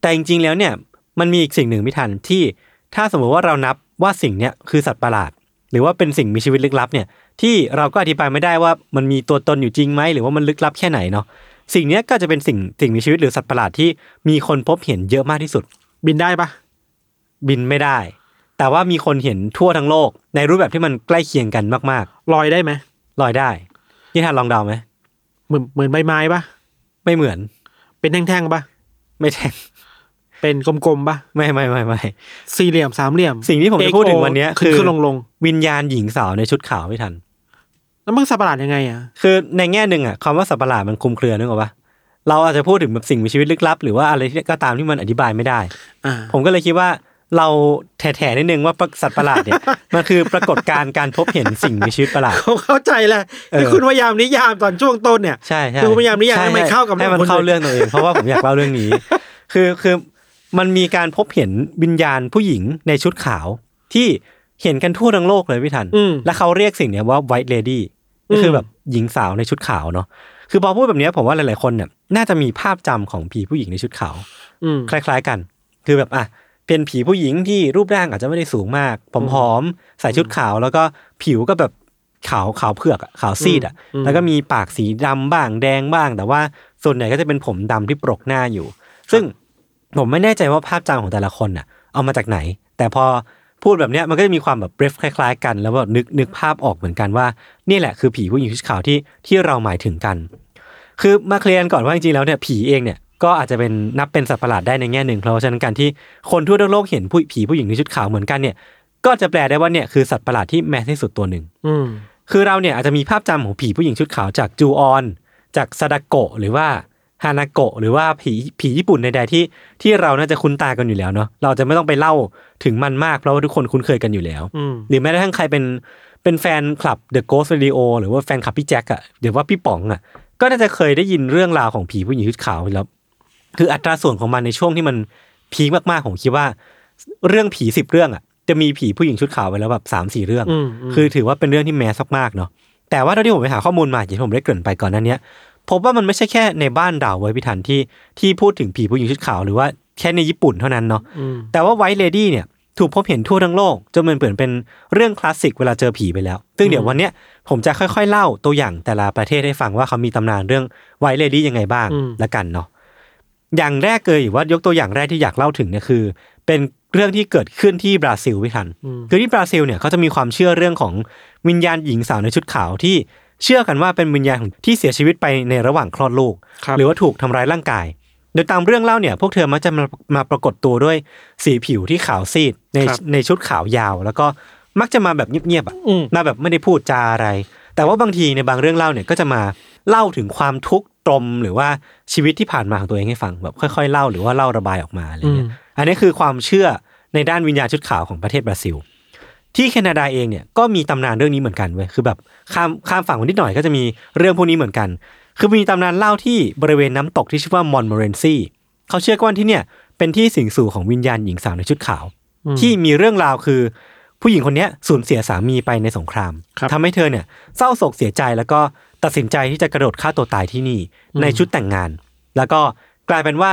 S2: แต่จริงๆ แล้วเนี่ย มันมีอีกสิ่งหนึ่งพิทันที่ ถ้าสมมติว่าเรานับว่าสิ่งเนี้ยคือสัตว์ประหลาด หรือว่าเป็นสิ่งมีชีวิตลึกลับเนี่ย ที่เราก็อธิบายไม่ได้ว่ามันมีตัวตนอยู่จริงไหมหรือว่ามันลึกลับแค่ไหนเนาะ สิ่งเนี้ยก็จะเป็นสิ่งสิ่งมีชีวิตหรือสัตว์ประหลาดที่มีคนพบเห็นเยอะมากที่สุด
S3: บินได้ปะ
S2: บินไม่ได้ แต่ว่ามีคนเห็นทั่วทั้งโลก ในรูปแบบที่มันใกล้เคียงกันมาก
S3: ลอยได้ไหม
S2: ๆ ลอยได้นี่ทานลองเดาไหม
S3: เหมือนเหมือนใบไม้ปะ
S2: ไม่เหมือน
S3: เป็นแท่งๆปะ
S2: ไม่ แทง
S3: เป็นกลมๆปะ
S2: ไม่ไม่ไม่ไม่
S3: สี่เหลี่ยมสามเหลี่ยม
S2: สิ่งที่ผมจะพูดถึงวันเนี้ย
S3: ขึ้น
S2: คือ
S3: ขึ้นลงลง
S2: วิญญาณหญิงสาวในชุดขาวไม่ทัน
S3: แล้วมึงสัตว์ประหลาดยังไงอ่ะ
S2: คือในแง่หนึ่งอ่ะคำว่าสัตว์ประหลาดมันคลุมเครือนึกออกปะเราอาจจะพูดถึงแบบสิ่งมีชีวิตลึกลับ หรือว่าอะไรที่ก็ตามที่มันอธิบายไม่ได้
S3: อ่า
S2: ผมก็เลยคิดว่าเราแถๆนิดนึงว่าสัตว์ประหลาดเนี่ย มันคือปรากฏการณ์การพบเห็นสิ่งมีชีวิตประหลาด
S3: ผมเข้าใจแหละ
S2: เออ
S3: ที่คุณพยายามนิยามตอนช่วงต้นเนี่ย
S2: ใช่ใช่
S3: คือพยายามนิยาม
S2: ช่
S3: ให้มัน
S2: ช่
S3: เข้ากับ
S2: ให้มัน
S3: เรื่องคน
S2: เข้า
S3: อื่น
S2: เรื่องตัวเอง เพราะว่าผมอยากเล่าเรื่องนี้ คือคือมันมีการพบเห็นวิญญาณผู้หญิงในชุดขาว ที่เห็นกันทั่วทั้งโลกเลยพี่ทัน
S3: อืม
S2: แล้วเขาเรียกสิ่งเนี้ยว่า white lady
S3: อื
S2: ก็
S3: ม
S2: คือแบบหญิงสาวในชุดขาวเนาะ คือพอพูดแบบเนี้ยผมว่าหลายๆคนเนี่ยน่าจะมีภาพจำของผีผู้หญิงในชุดขาว
S3: อืม
S2: คล้าย ๆกัน คือแบบอ่ะเป็นผีผู้หญิงที่รูปร่างอาจจะไม่ได้สูงมากผอมๆใส่ชุดขาว แล้วก็ผิวก็แบบขาวขาวเผือกอะขาวซีดอ่ะ
S3: อืม
S2: แล้วก็มีปากสีดำบ้างแดงบ้าง แต่ว่าส่วนใหญ่ก็จะเป็นผมดำที่ปรกหน้าอยู่ ซึ่งผมไม่แน่ใจว่าภาพจำของแต่ละคนน่ะ เอามาจากไหน แต่พอพูดแบบเนี้ยมันก็จะมีความแบบเบรฟคล้าย ๆ กัน แล้วแบบนึกนึกภาพออกเหมือนกันว่า นี่แหละคือผีผู้หญิงชุดขาวที่ที่เราหมายถึงกัน คือมาเคลียร์กันก่อนว่าจริงๆแล้วเนี่ยผีเองเนี่ยก็อาจจะเป็นนับเป็นสัตว์ประหลาดได้ในแง่หนึ่งเพราะฉะนั้นการที่คนทั่วทั้งโลกเห็นผู้ผีผู้หญิงในชุดขาวเหมือนกันเนี่ย ก็จะแปลได้ว่าเนี่ยคือสัตว์ประหลาดที่แมสที่สุดตัวหนึ่ง
S3: อืม
S2: คือเราเนี่ยอาจจะมีภาพจำของผีผู้หญิงชุดขาวจากจูออน จากซาดาโกะหรือว่าฮานาโกะหรือว่าผีผีญี่ปุ่นใดๆที่ที่เราน่าจะคุ้นตากันอยู่แล้วเนาะเราจะไม่ต้องไปเล่าถึงมันมากเพราะว่าทุกคนคุ้นเคยกันอยู่แล้ว
S3: อืม
S2: หรือแม้กระทั่งใครเป็นเป็นแฟนคลับ The Ghost Radio หรือว่าแฟนคลับพี่แจ็คอะหรือว่าพี่ป๋องอะก็น่าจะเคยได้ยินเรื่องราวของผีผู้หญิงชุดขาวไปแล้ว คืออัตราส่วนของมันในช่วงที่มันพีคมากๆผมคิดว่า เรื่องผีสิบเรื่องอะจะมีผีผู้หญิงชุดขาวไปแล้วแบบสามสี่เรื่อง
S3: อืมอืม
S2: คือถือว่าเป็นเรื่องที่แมสมากๆเนาะแต่ว่าเท่าที่ผมไปหาข้อมูลมาอย่างที่ผมได้เกริ่นไปก่อนหนั้นเนี้ยพบว่ามันไม่ใช่แค่ในบ้านเราไว้ยพี่ทันที่ที่พูดถึงผีผู้หญิงชุดขาวหรือว่าแค่ในญี่ปุ่นเท่านั้นเนาะ
S3: อืม
S2: แต่ว่าไวท์เลดี้เนี่ยถูกพบเห็นทั่วทั้งโลกจนมันเปลี่ยนเป็นเรื่องคลาสสิกเวลาเจอผีไปแล้ว ซึ่งเดี๋ยววันเนี้ยผมจะค่อยๆ เล่าตัวอย่างแต่ละประเทศให้ฟังว่าเขามีตำนานเรื่องไวท์เลดี้ยังไงบ้าง
S3: อืม
S2: ละกันเนาะอย่างแรกเลยหรือว่ายกตัวอย่างแรกที่อยากเล่าถึงเนี่ยคือ เป็นเรื่องที่เกิดขึ้นที่บราซิลพี่ทัน คือที่บราซิลเนี่ยเขาจะมีความเชื่อเรื่องของวิญญาณหญิงสาวในชุดขาวที่เชื่อกันว่าเป็นวิญญาณของที่เสียชีวิตไปในระหว่างคลอดลูก
S3: ครับ
S2: หรือว่าถูกทำร้ายร่างกาย โดยตามเรื่องเล่าเนี่ยพวกเธอมักจะมามาปรากฏตัวด้วยสีผิวที่ขาวซีดใน
S3: ครับ
S2: ในชุดขาวยาว แล้วก็มักจะมาแบบเงียบๆอะ
S3: อืม
S2: มาแบบไม่ได้พูดจาอะไร แต่ว่าบางทีในบางเรื่องเล่าเนี่ยก็จะมาเล่าถึงความทุกข์ตรมหรือว่าชีวิตที่ผ่านมาของตัวเองให้ฟังแบบค่อยๆเล่าหรือว่าเล่าระบายออกมาอะไรเงี้ย
S3: อืม
S2: อันนี้คือความเชื่อในด้านวิญญาณชุดขาวของประเทศบราซิล ที่แคนาดาเองเนี่ยก็มีตำนานเรื่องนี้เหมือนกันเว้ยคือแบบข้ามข้ามฝั่งมานิดหน่อยก็จะมีเรื่องพวกนี้เหมือนกัน คือมีตำนานเล่าที่บริเวณน้ำตกที่ชื่อว่ามอนโมเรนซีเขาเชื่อกันว่าที่เนี่ยเป็นที่สิงสู่ของวิญญาณหญิงสาวในชุดขาว ที่มีเรื่องราวคือ ผู้หญิงคนเนี้ยสูญเสียสามีไปในสงคราม
S3: ครับ
S2: ทำให้เธอเนี่ยเศร้าโศกเสียใจแล้วก็ตัดสินใจที่จะกระโดดฆ่าตัวตายที่นี่ในชุดแต่งงาน แล้วก็กลายเป็นว่า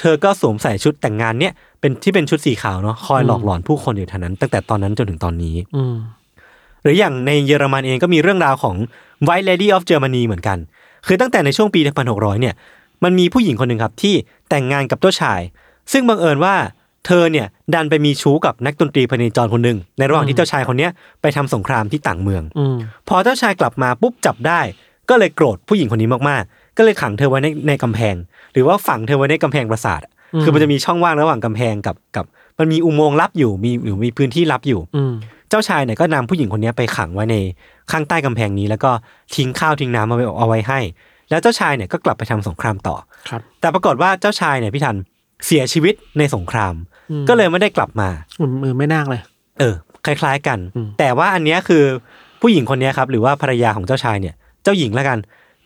S2: เธอก็สวมใส่ชุดแต่งงานเนี่ยเป็นที่เป็นชุดสีขาวเนาะคอยหลอกหลอนผู้คนอยู่เท่านั้น ตั้งแต่ตอนนั้นจนถึงตอนนี้
S3: อืม
S2: หรืออย่างในเยอรมันเองก็มีเรื่องราวของ White Lady of Germany เหมือนกัน คือตั้งแต่ในช่วงปี 1600 เนี่ย มันมีผู้หญิงคนหนึ่งครับที่แต่งงานกับเจ้าชาย ซึ่งบังเอิญว่าเธอเนี่ยดันไปมีชู้กับนักดนตรีพเนจรคนหนึ่งในระหว่างที่เจ้าชายคนเนี้ยไปทำสงครามที่ต่างเมือง
S3: อืม
S2: พอเจ้าชายกลับมาปุ๊บจับได้ ก็เลยโกรธผู้หญิงคนนี้มากๆ ก็เลยขังเธอไว้ในในกำแพง หรือว่าฝังเธอไว้ในกำแพงปราสาทอะ
S3: อืม
S2: คือมันจะมีช่องว่างระหว่างกำแพงกับกับ มันมีอุโมงค์ลับอยู่มีหรือมีพื้นที่ลับอยู่
S3: อืม
S2: เจ้าชายเนี่ยก็นำผู้หญิงคนเนี้ยไปขังไว้ใน ข้างใต้กำแพงนี้แล้วก็ทิ้งข้าวทิ้งน้ำเอาไว้เอาไว้ให้ แล้วเจ้าชายเนี่ยก็กลับไปทำสงครามต่อ
S3: ครับ
S2: แต่ปรากฏว่าเจ้าชายเนี่ยพี่ทันเสียชีวิตในสงคราม
S3: อืม
S2: ก็เลยไม่ได้กลับมา
S3: อืมมือไม่นางเลย
S2: เออ คล้ายๆกัน
S3: อืม
S2: แต่ว่าอันเนี้ยคือผู้หญิงคนเนี้ยครับ หรือว่าภรรยาของเจ้าชายเนี่ย เจ้าหญิงละกัน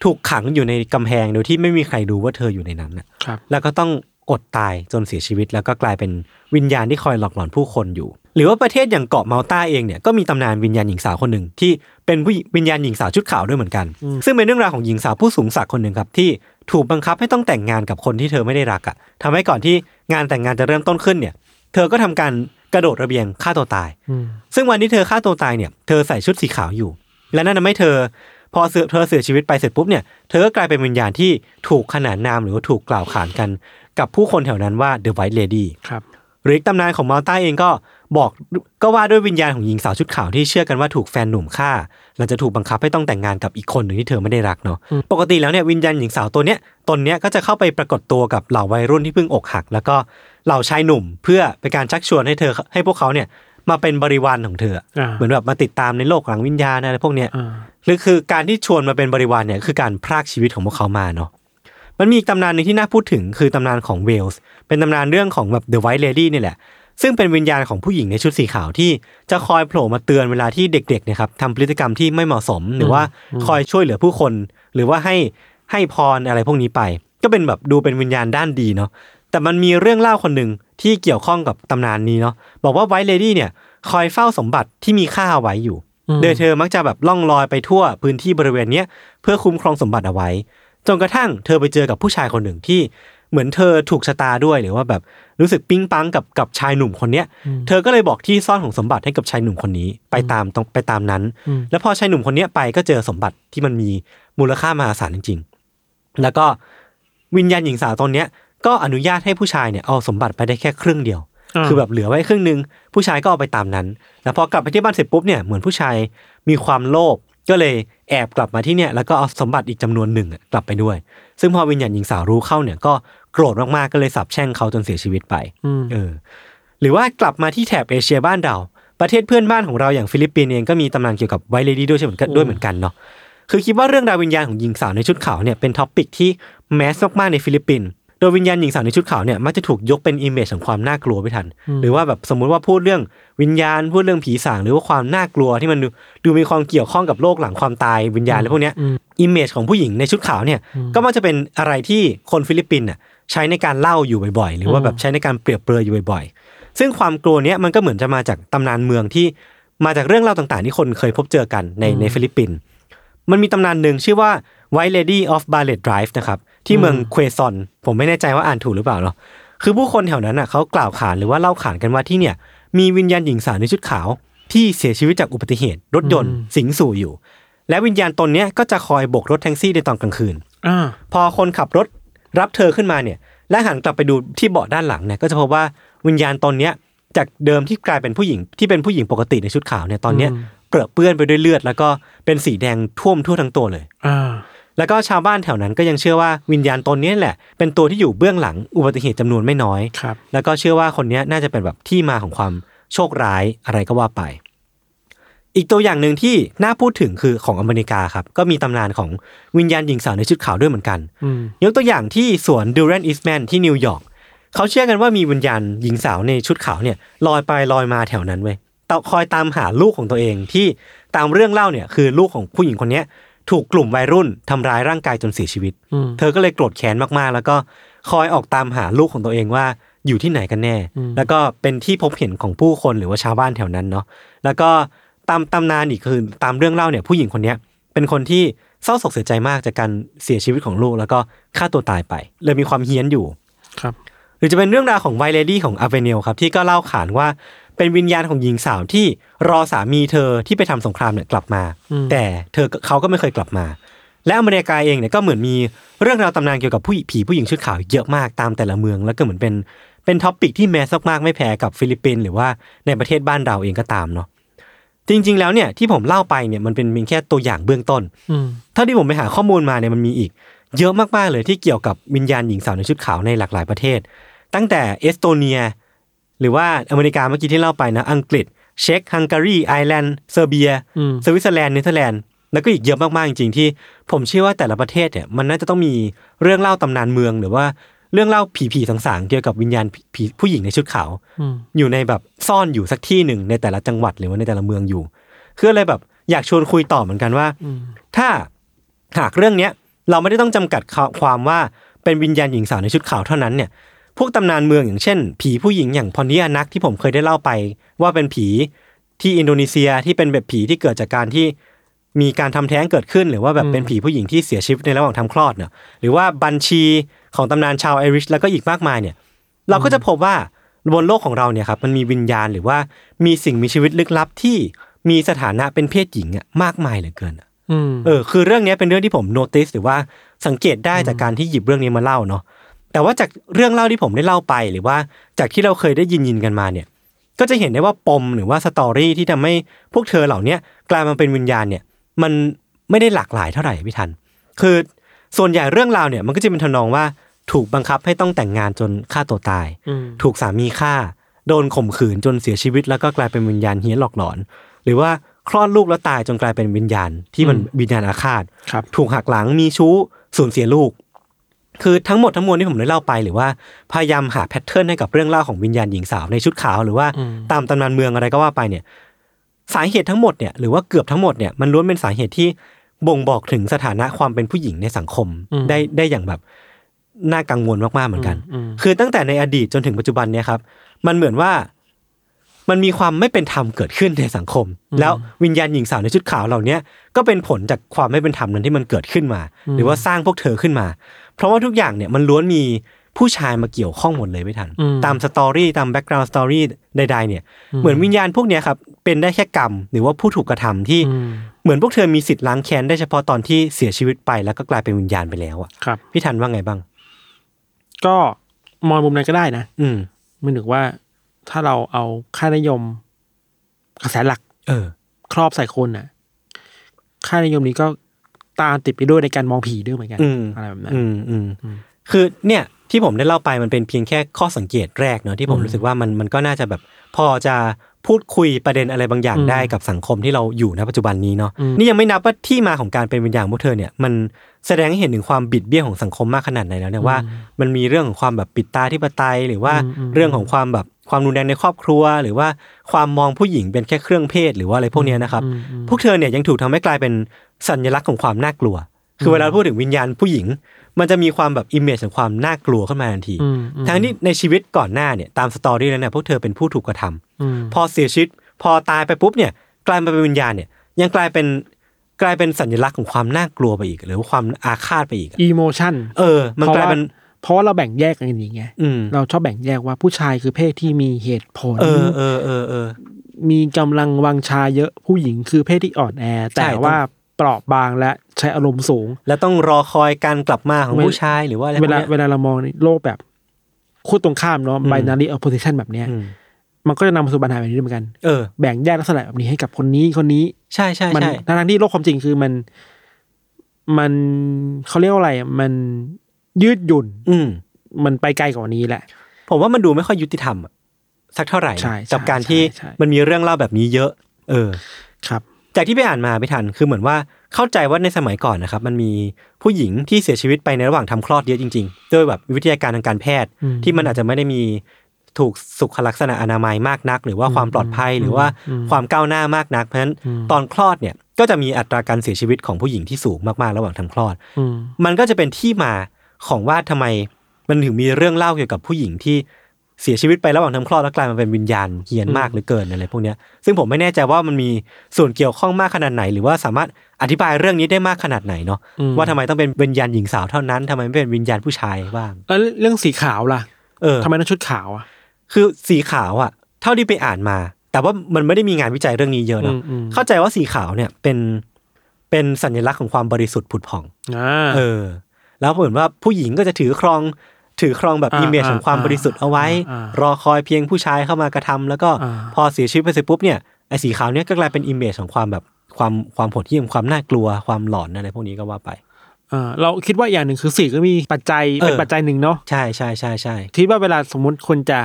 S2: ถูกขังอยู่ในกำแพงโดยที่ไม่มีใครรู้ว่าเธออยู่ในนั้นน่ะ
S3: ครับ
S2: แล้วก็ต้องอดตายจนเสียชีวิต แล้วก็กลายเป็นวิญญาณที่คอยหลอกหลอนผู้คนอยู่ หรือว่าประเทศอย่างเกาะมาลตาเองเนี่ยก็มีตำนานวิญญาณหญิงสาวคนหนึ่งที่เป็นผู้หญิงวิญญาณหญิงสาวชุดขาวด้วยเหมือนกัน
S3: อืม
S2: ซึ่งเป็นเรื่องราวของหญิงสาวผู้สูงศักดิ์คนหนึ่งครับที่ถูกบังคับให้ต้องแต่งงานกับคนที่เธอไม่ได้รักอะ่ะทำให้ก่อนที่งานแต่งงานจะเริ่มต้นขึ้นเนี่ย เธอก็ทำการกระโดดระเบียงฆ่าตัวตาย
S3: อืม
S2: ซึ่งวันที่เธอฆ่าตัวตายเนี่ยเธอใส่ชุดสีขาวอยู่ และนั่นทำให้เธอ พอเสือเธอเสียชีวิตไปเสร็จปุ๊บเนี่ยเธอก็กลายเป็นวิญญาณที่ถูกขนานนามหรือว่าถูกกล่าวขานกัน กับผู้คนแถวนั้นว่าเดอะไวท์เลดี้
S3: ครับ
S2: หรืออีกตำนานของมาลต้าเองก็บอกก็ว่าด้วยวิญญาณของหญิงสาวชุดขาวที่เชื่อกันว่าถูกแฟนหนุ่มฆ่าหลังจากถูกบังคับให้ต้องแต่งงานกับอีกคนหนึ่งที่เธอไม่ได้รักเนาะปกติแล้วเนี่ยวิญญาณหญิงสาวตัวเนี้ยตนเนี้ยก็จะเข้าไปปรากฏตัวกับเหล่าวัยรุ่นที่เพิ่งอกหัก แล้วก็เหล่าชายหนุ่ม เพื่อเป็นการชักชวนให้เธอให้พวกเขาเนี่ยมาเป็นบริวารของเธอ
S3: อ่า
S2: เหมือนแบบมาติดตามในโลกหลังวิญญาณอะไรพวกเนี้ย
S3: อ่า
S2: หรือคือการที่ชวนมาเป็นบริวารเนี่ยคือการพรากชีวิตของพวกเขามาเนาะมันมีอีกตำนานหนึ่งที่น่าพูดถึงคือตำนานของเวลส์เป็นตำนานเรื่องของแบบ The White Lady เนี่ยแหละ ซึ่งเป็นวิญญาณของผู้หญิงในชุดสีขาวที่จะคอยโผล่มาเตือนเวลาที่เด็กๆเนะครับทำพฤติกรรมที่ไม่เหมาะสม หรือว่าคอยช่วยเหลือผู้คน หรือว่าให้ให้พรอะไรพวกนี้ไป ก็เป็นแบบดูเป็นวิญญาณด้านดีเนาะ แต่มันมีเรื่องเล่าคนหนึ่งที่เกี่ยวข้องกับตำนานนี้เนาะบอกว่าไวท์เลดี้เนี่ยคอยเฝ้าสมบัติที่มีค่าเอาไว้อยู่ โดยเธอมักจะแบบล่องลอยไปทั่วพื้นที่บริเวณเนี้ยเพื่อคุ้มครองสมบัติเอาไว้จนกระทั่งเธอไปเจอกับผู้ชายคนหนึ่งที่เหมือนเธอถูกชะตาด้วยหรือว่าแบบรู้สึกปิ๊งปังกับกับชายหนุ่มคนเนี้ย เธอก็เลยบอกที่ซ่อนของสมบัติให้กับชายหนุ่มคนนี้ไปตามตรงไปตามนั้น
S3: อืม
S2: แล้วพอชายหนุ่มคนเนี้ยไปก็เจอสมบัติที่มันมีมูลค่ามหาศาลจริง ๆ แล้วก็วิญญาณหญิงสาวตนเนี้ยก็อนุญาตให้ผู้ชายเนี่ยเอาสมบัติไปได้แค่ครึ่งเดียว
S3: า
S2: คือแบบเหลือไว้ครึ่งหนึง ผู้ชายก็เอาไปตามนั้น แล้วพอกลับไปที่บ้านเสร็จปุ๊บเนี่ยเหมือนผู้ชายมีความโลภก็เลยแอบกลับมาที่เนี่ยแล้วก็เอาสมบัติอีกจำนวนหนึ่งอะกลับไปด้วย ซึ่งพอวิญญาณหญิงสาวรู้เข้าเนี่ยก็โกรธมากๆก็เลยสาบแช่งเขาจนเสียชีวิตไป
S3: อืม
S2: เออหรือว่ากลับมาที่แถบเอเชียบ้านเรา ประเทศเพื่อนบ้านของเราอย่างฟิลิปปินส์เองก็มีตำนานเกี่ยวกับไวท์เลดี้ด้วยเช่นเหมือนกันด้วยเหมือนกันเนาะคือคิดว่าเรื่องราววิญญาณของหญิงสาวในชุดขาวเนี่ยเป็นท็อปิกที่แมสมากๆในฟิลิปปินส์โดยวิญญาณหญิงสาวในชุดขาวเนี่ยมักจะถูกยกเป็นอิมเมจของความน่ากลัวไม่ทัน หรือว่าแบบสมมุติว่าพูดเรื่องวิญญาณพูดเรื่องผีสางหรือว่าความน่ากลัวที่มันดูดูมีความเกี่ยวข้องกับโลกหลังความตายวิญญาณอะไรพวกเนี้ยอิมเมจของผู้หญิงในชุดขาวเนี่ยก็มักจะเป็นอะไรที่คนฟิลิปปินส์น่ะใช้ในการเล่าอยู่บ่อยๆ หรือว่าแบบใช้ในการเปรียบเปรยอยู่บ่อยๆ ซึ่งความกลัวเนี้ยมันก็เหมือนจะมาจากตำนานเมืองที่มาจากเรื่องเล่าต่างๆ ที่คนเคยพบเจอกันในในฟิลิปปินส์ มันมีตำนานหนึ่งชื่อว่า White Lady of Barlet Drive นะครับ ที่เมืองเควซอน ผมไม่แน่ใจว่าอ่านถูกหรือเปล่าเนาะคือผู้คนแถวนั้นน่ะเขากล่าวขานหรือว่าเล่าขานกันว่าที่เนี่ย มีวิญญาณหญิงสาวในชุดขาว ที่เสียชีวิตจากอุบัติเหตุ รถยนต์สิงสู่อยู่ และวิญญาณตนเนี้ยก็จะคอยโบกรถแท็กซี่ในตอนกลางคืน
S3: อ่า
S2: พอคนขับรถรับเธอขึ้นมาเนี่ย และหันกลับไปดูที่เบาะด้านหลังเนี่ยก็จะพบว่าวิญญาณตนเนี้ยจากเดิมที่กลายเป็นผู้หญิงที่เป็นผู้หญิงปกติในชุดขาวเนี่ยตอนเนี้ยเปรอะเปื้อนไปด้วยเลือด แล้วก็เป็นสีแดงท่วมทั่วทั้งตัวเลย
S3: อ่า
S2: แล้วก็ชาวบ้านแถวนั้นก็ยังเชื่อว่าวิญญาณตนเนี้ยแหละ เป็นตัวที่อยู่เบื้องหลังอุบัติเหตุจำนวนไม่น้อย
S3: ครับ
S2: แล้วก็เชื่อว่าคนเนี้ยน่าจะเป็นแบบที่มาของความโชคร้ายอะไรก็ว่าไป อีกตัวอย่างหนึ่งที่น่าพูดถึงคือของอเมริกาครับก็มีตำนานของวิญญาณหญิงสาวในชุดขาวด้วยเหมือนกัน
S3: อืม
S2: ยกตัวอย่างที่สวนดูแรนอิสแมนที่นิวยอร์กเขาเชื่อกันว่ามีวิญญาณหญิงสาวในชุดขาวเนี่ยลอยไปลอยมาแถวนั้นเว้ยตคอยตามหาลูกของตัวเองที่ตามเรื่องเล่าเนี่ยคือลูกของผู้หญิงคนเนี้ยถูกกลุ่มวัยรุ่นทำร้ายร่างกายจนเสียชีวิต
S3: อืม
S2: เธอก็เลยโกรธแค้นมากๆ แล้วก็คอยออกตามหาลูกของตัวเองว่าอยู่ที่ไหนกันแน่
S3: อืม
S2: แล้วก็เป็นที่พบเห็นของผู้คนหรือว่าชาวบ้านแถวนั้นเนาะแล้วก็ตามตำนานอีกคือตามเรื่องเล่าเนี่ยผู้หญิงคนเนี้ยเป็นคนที่เศร้าโศกเสียใจมากจากการเสียชีวิตของลูก แล้วก็ฆ่าตัวตายไป เลยมีความเฮี้ยนอยู่
S3: ครับ
S2: หรือจะเป็นเรื่องราวของไวเลดี้ของอาเวเนลครับที่ก็เล่าขานว่าเป็นวิญญาณของหญิงสาวที่รอสามีเธอที่ไปทำสงครามเนี่ยกลับมา แต่เธอเขาก็ไม่เคยกลับมา และอเมริกาเองเนี่ยก็เหมือนมีเรื่องราวตำนานเกี่ยวกับผู้หญิงผีผู้หญิงชุดขาวเยอะมากตามแต่ละเมือง แล้วก็เหมือนเป็นเป็นท็อปิกที่แมสมากๆไม่แพ้กับฟิลิปปินส์หรือว่าในประเทศบ้านเราเองก็ตามเนาะจริง ๆ แล้วเนี่ยที่ผมเล่าไปเนี่ยมันเป็นเพียงแค่ตัวอย่างเบื้องต้น
S3: อืม
S2: เท่าที่ผมไปหาข้อมูลมาเนี่ยมันมีอีก เยอะมากๆเลยที่เกี่ยวกับวิญญาณหญิงสาวในชุดขาวในหลากหลายประเทศ ตั้งแต่เอสโตเนีย หรือว่าอเมริกาเมื่อกี้ที่เล่าไปนะอังกฤษ เช็กฮังการีไอร์แลนด์เซอร์เบีย
S3: อืม
S2: สวิตเซอร์แลนด์เนเธอร์แลนด์แล้วก็อีกเยอะมาก ๆ จริง ๆ ที่ผมเชื่อว่าแต่ละประเทศเนี่ยมันน่าจะต้องมีเรื่องเล่าตำนานเมือง หรือว่าเรื่องเล่าผี ๆ สางๆ เกี่ยวกับวิญญาณผีผู้หญิงในชุดขาว
S3: อืม
S2: อยู่ในแบบซ่อนอยู่สักที่หนึ่งในแต่ละจังหวัดหรือว่าในแต่ละเมืองอยู่ คือเลยแบบอยากชวนคุยต่อเหมือนกันว่า
S3: อืม
S2: ถ้าหากเรื่องเนี้ยเราไม่ได้ต้องจำกัดความว่าเป็นวิญญาณหญิงสาวในชุดขาวเท่านั้นเนี่ย พวกตำนานเมืองอย่างเช่น ผีผู้หญิงอย่างพอนิยานักที่ผมเคยได้เล่าไป ว่าเป็นผีที่อินโดนีเซียที่เป็นแบบผีที่เกิดจากการที่มีการทำแท้งเกิดขึ้น หรือว่าแบบเป็นผีผู้หญิงที่เสียชีวิตในระหว่างทำคลอดเนี่ยหรือว่าบัญชีของตำนานชาวไอริชแล้วก็อีกมากมายเนี่ย เราก็จะพบว่าบนโลกของเราเนี่ยครับมันมีวิญญาณหรือว่ามีสิ่งมีชีวิตลึกลับที่มีสถานะเป็นเพศหญิงอะมากมายเหลือเกินอะ
S3: อืม
S2: เออคือเรื่องเนี้ยเป็นเรื่องที่ผมโนติสหรือว่าสังเกตได้จากการที่หยิบเรื่องนี้มาเล่าเนาะแต่ว่าจากเรื่องเล่าที่ผมได้เล่าไปหรือว่าจากที่เราเคยได้ยินยินกันมาเนี่ย ก็จะเห็นได้ว่าปมหรือว่าสตอรี่ที่ทำให้พวกเธอเหล่าเนี้ยกลายมาเป็นวิญญาณเนี่ย มันไม่ได้หลากหลายเท่าไหร่พี่ทัน คือส่วนใหญ่เรื่องราวเนี่ยมันก็จะเป็นทำนองว่าถูกบังคับให้ต้องแต่งงานจนฆ่าตัวตาย
S3: อืม
S2: ถูกสามีฆ่า โดนข่มขืนจนเสียชีวิต แล้วก็กลายเป็นวิญญาณเฮี้ยนหลอกหลอน หรือว่าคลอดลูกแล้วตายจนกลายเป็นวิญญาณที่มันวิญญาณอาฆาต
S3: ครับ
S2: ถูกหักหลังมีชู้สูญเสียลูก คือทั้งหมดทั้งมวลที่ผมได้เล่าไป หรือว่าพยายามหาแพทเทิร์นให้กับเรื่องเล่าของวิญญาณหญิงสาวในชุดขาว หรือว่า
S3: อืม
S2: ตามตำนานเมืองอะไรก็ว่าไปเนี่ย สาเหตุทั้งหมดเนี่ยหรือว่าเกือบทั้งหมดเนี่ยมันล้วนเป็นสาเหตุที่บ่งบอกถึงสถานะความเป็นผู้หญิงในสังคม
S3: อืม
S2: ได้ได้อย่างแบบน่ากังวลมากๆเหมือนกัน
S3: อืม
S2: คือตั้งแต่ในอดีตจนถึงปัจจุบันเนี่ยครับ มันเหมือนว่ามันมีความไม่เป็นธรรมเกิดขึ้นในสังคม แล้ววิญญาณหญิงสาวในชุดขาวเหล่าเนี้ยก็เป็นผลจากความไม่เป็นธรรมนั้นที่มันเกิดขึ้นมา หรือว่าสร้างพวกเธอขึ้นมา เพราะว่าทุกอย่างเนี่ยมันล้วนมีผู้ชายมาเกี่ยวข้องหมดเลยไม่ทัน
S3: อืม
S2: ตามสตอรี่ตามแบ็กกราวด์สตอรี่ใดๆเนี่ยเหมือนวิญญาณพวกเนี้ยครับเป็นได้แค่กรรม หรือว่าผู้ถูกกระทำที่
S3: อืม
S2: เหมือนพวกเธอมีสิทธิ์ล้างแค้นได้เฉพาะตอนที่เสียชีวิตไปแล้วก็กลายเป็นวิญญาณไปแล้วอ่ะ
S3: ครับ
S2: พี่ทันว่าไงบ้าง
S3: ก็มองมุมนั้นก็ได้นะ
S2: อืม
S3: มันถึงว่าถ้าเราเอาค่านิยมกระแสหลัก
S2: เออ
S3: ครอบใส่คนน่ะ ค่านิยมนี้ก็ตามติดไปด้วยในการมองผีด้วยเหมือนกัน
S2: อืม
S3: อะไรแบบนั้น
S2: อืมอืม
S3: อืม
S2: คือเนี่ยที่ผมได้เล่าไปมันเป็นเพียงแค่ข้อสังเกตแรกเนาะที่ผม
S3: อืม
S2: รู้สึกว่ามันมันก็น่าจะแบบ พอจะพูดคุยประเด็นอะไรบางอย่าง
S3: อืม
S2: ได้กับสังคมที่เราอยู่ณปัจจุบันนี้เนาะ
S3: อืม
S2: นี่ยังไม่นับว่าที่มาของการเป็นวิญญาณของพวกเธอเนี่ยมันแสดงให้เห็นถึงความบิดเบี้ยวของสังคมมากขนาดไหนแล้วเนี่ยว่า มันมีเรื่องของความแบบปิดตาธิปไตย หรือว่า
S3: อืมอืม
S2: เรื่องของความแบบความรุนแรงในครอบครัว หรือว่าความมองผู้หญิงเป็นแค่เครื่องเพศหรือว่าอะไรพวกเนี้ยนะครับ
S3: อืมอืม
S2: พวกเธอเนี่ยยังถูกทำให้กลายเป็นสัญลักษณ์ของความน่ากลัว คือเวลาพูดถึงวิญญาณผู้หญิง มันจะมีความแบบอิมเมจของความน่ากลัวขึ้นมาทันที
S3: อืมอืม
S2: ทั้งที่ในชีวิตก่อนหน้าเนี่ยตามสตอรี่แล้วเนี่ยพวกเธอเป็นผู้ถูกกระทำ
S3: อืม
S2: พอเสียชีวิตพอตายไปปุ๊บเนี่ยกลายมาเป็นวิญญาณเนี่ยยังกลายเป็นกลายเป็นสัญลักษณ์ของความน่ากลัวไปอีก หรือว่าความอาฆาตไปอีกอะ
S3: อีโมชัน
S2: เออ มันกลายเป็น
S3: เพราะว่าเราแบ่งแยกกันอย่างนี้ไง
S2: อืม
S3: เราชอบแบ่งแยกว่าผู้ชายคือเพศที่มีเหตุผล
S2: เออเออเออเออ
S3: มีกำลังวังชาเยอะผู้หญิงคือเพศที่อ่อนแอ แต่
S2: ต้อง
S3: ว่าเปราะบางและใช้อารมณ์สูง
S2: แล้วต้องรอคอยการกลับมาของ
S3: เวลา
S2: ผู้ชายหรือว่าอะไรพ
S3: เว
S2: ก
S3: ลา
S2: นี้ย
S3: เวลาเรามองในโลกแบบคู่ตรงข้ามเนาะ
S2: อืม
S3: ไบนารีออปโพสิชันแบบเนี้ย
S2: อืม
S3: มันก็จะนำมาสู่ปัญหาแบบนี้ด้วยเหมือนกัน
S2: เออ
S3: แบ่งแยกลักษณะแบบนี้ให้กับคนนี้คนนี้
S2: ใช่ใช่
S3: มั
S2: ใช่
S3: ทั้งๆที่โลกความจริงคือมัน มันเขาเรียกว่าอะไรอะมันยืดหยุ่น
S2: อืม
S3: มันไปไกลกว่านี้แหละ
S2: ผมว่ามันดูไม่ค่อยยุติธรรมอะสักเท่าไหร่นะ
S3: ใช่ใช่
S2: กับการที่
S3: ใช่ใช่
S2: มันมีเรื่องเล่าแบบนี้เยอะ เออ
S3: ครับ
S2: จากที่ไปอ่านมาไปทันคือเหมือนว่าเข้าใจว่าในสมัยก่อนนะครับ มันมีผู้หญิงที่เสียชีวิตไปในระหว่างทำคลอดเยอะจริงๆด้วยแบบวิทยาการทางการแพทย์
S3: อืม
S2: ที่มันอาจจะไม่ได้มีถูกสุขลักษณะอนามัยมากนัก หรือว่าความปลอดภัยหรือว่า
S3: อืม
S2: ความก้าวหน้ามากนักเพราะฉะนั้น
S3: อืม
S2: ตอนคลอดเนี่ยก็จะมีอัตราการเสียชีวิตของผู้หญิงที่สูงมากๆระหว่างทำคลอด
S3: อืม
S2: มันก็จะเป็นที่มาของว่าทำไมมันถึงมีเรื่องเล่าเกี่ยวกับผู้หญิงที่เสียชีวิตไประหว่างทำคลอดแล้วกลายมาเป็นวิญญาณเฮียนมากเหรือเกินอะไรพวกเนี้ยซึ่งผมไม่แน่ใจว่ามันมีส่วนเกี่ยวข้องมากขนาดไหน หรือว่าสามารถอธิบายเรื่องนี้ได้มากขนาดไหนเนาะ
S3: อืม
S2: ว่าทำไมต้องเป็นวิญญาณหญิงสาวเท่านั้นทำไมไม่เป็นวิญญาณผู้ชายบ้าง
S3: แล้วเรื่องสีขาวล่ะ
S2: เออ
S3: ทำไมต้องชุดขาวอ่ะ
S2: คือสีขาวอะเท่าที่ไปอ่านมา แต่ว่ามันไม่ได้มีงานวิจัยเรื่องนี้เยอะเนาะ
S3: อืมอืม
S2: เข้าใจว่าสีขาวเนี่ยเป็นเป็นสัญลักษณ์ของความบริสุทธิ์ผุดผ่อง
S3: อ่า
S2: เออแล้วเหมือนว่าผู้หญิงก็จะถือครองถือครองแบบ
S3: อ่า
S2: อิมเมจ
S3: อ่า
S2: ของความบริสุทธิ์เอาไว้
S3: อ่าร
S2: อคอยเพียงผู้ชายเข้ามากระทำแล้วก็
S3: อ่า
S2: พอเสียชีวิตไปเสร็จปุ๊บเนี่ยไอ้สีขาวเนี่ยก็กลายเป็นอิมเมจของความแบบความความโหดเหี้ยมความน่ากลัวความหลอนอะไรพวกนี้ก็ว่าไป
S3: เออเราคิดว่าอย่างหนึ่งคือสีก็มีปัจจัย
S2: เออ
S3: เป็นปัจจัยหนึ่งเนาะ
S2: ใช่ใช่ใช่ใช่
S3: คิดว่าเวลาสมมติคนจะ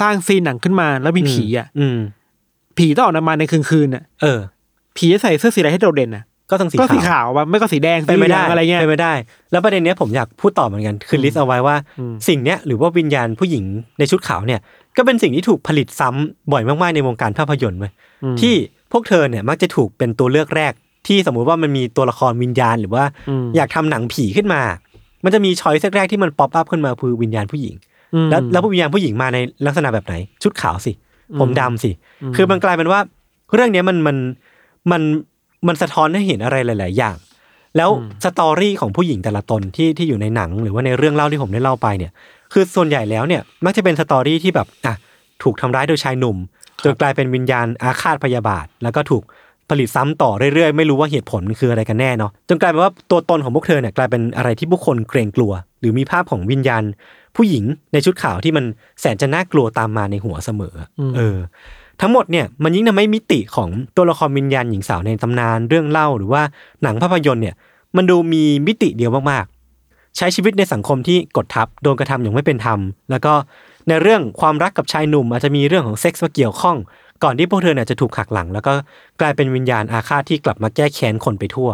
S3: สร้างซีนหนังขึ้นมาแล้วมีผีอ่ะ
S2: อืม
S3: ผีต้องออกมาในคืนคืนน่ะ
S2: เออ
S3: ผีจะใส่เสื้อสีอะไรให้โดดเด่นน่ะ
S2: ก็ต้องสี
S3: ก็สี
S2: ขาว
S3: ขาววะไม่ก็สีแดง
S2: ไป
S3: สี
S2: ไม่
S3: เหลื
S2: ได้
S3: องอะไรเงี้ย
S2: ไปไม่ได้ แล้วประเด็นเนี้ยผมอยากพูดต่อเหมือนกันคือลิสต์เอาไว้ว่า
S3: อืม
S2: สิ่งเนี้ยหรือว่าวิญญาณผู้หญิงในชุดขาวเนี่ย ก็เป็นสิ่งที่ถูกผลิตซ้ำบ่อยมากๆในวงการภาพยนตร์เว้ย
S3: อืม
S2: ที่พวกเธอเนี่ยมักจะถูกเป็นตัวเลือกแรก ที่สมมุติว่ามันมีตัวละครวิญญาณหรือว่า
S3: อืม
S2: อยากทำหนังผีขึ้นมา มันจะมีช้อยส์แรกๆที่มันป๊อปอัพขึ้นมาคือวิญญาณผู้หญิง
S3: อืม
S2: แล้วแล้วผู้วิญญาณผู้หญิงมาในลักษณะแบบไหน ชุดขาวสิ
S3: อืม
S2: ผมดำสิ คือมันกลายเป็นว่า เรื่องเนี้ยมันมันมันมันสะท้อนให้เห็นอะไรหลาย ๆ อย่าง แล้วสตอรี่ของผู้หญิงแต่ละตนที่ที่อยู่ในหนัง หรือว่าในเรื่องเล่าที่ผมได้เล่าไปเนี่ย คือส่วนใหญ่แล้วเนี่ยมักจะเป็นสตอรี่ที่แบบอ่ะถูกทำร้ายโดยชายหนุ่มจนกลายเป็นวิญญาณอาฆาตพยาบาท แล้วก็ถูกผลิตซ้ำต่อเรื่อย ๆ ไม่รู้ว่าเหตุผลมันคืออะไรกันแน่เนาะจนกลายเป็นว่าตัวตนของพวกเธอเนี่ยกลายเป็นอะไรที่ผู้คนเกรงกลัว หรือมีภาพของวิญญาณ ผู้หญิงในชุดขาวที่มันแสนจะน่ากลัวตามมาในหัวเสมออ
S3: ม
S2: เออ ทั้งหมดเนี่ยมันยิ่งทำให้มิติของตัวละครวิญญาณหญิงสาวในตำนานเรื่องเล่าหรือว่าหนังภาพยนตร์เนี่ย มันดูมีมิติเดียวมากๆ ใช้ชีวิตในสังคมที่กดทับโดนกระทำอย่างไม่เป็นธรรม แล้วก็ในเรื่องความรักกับชายหนุ่มอาจจะมีเรื่องของเซ็กส์มาเกี่ยวข้อง ก่อนที่พวกเธอเนี่ยจะถูกหักหลัง แล้วก็กลายเป็นวิญญาณอาฆาตที่กลับมาแก้แค้นคนไปทั่ว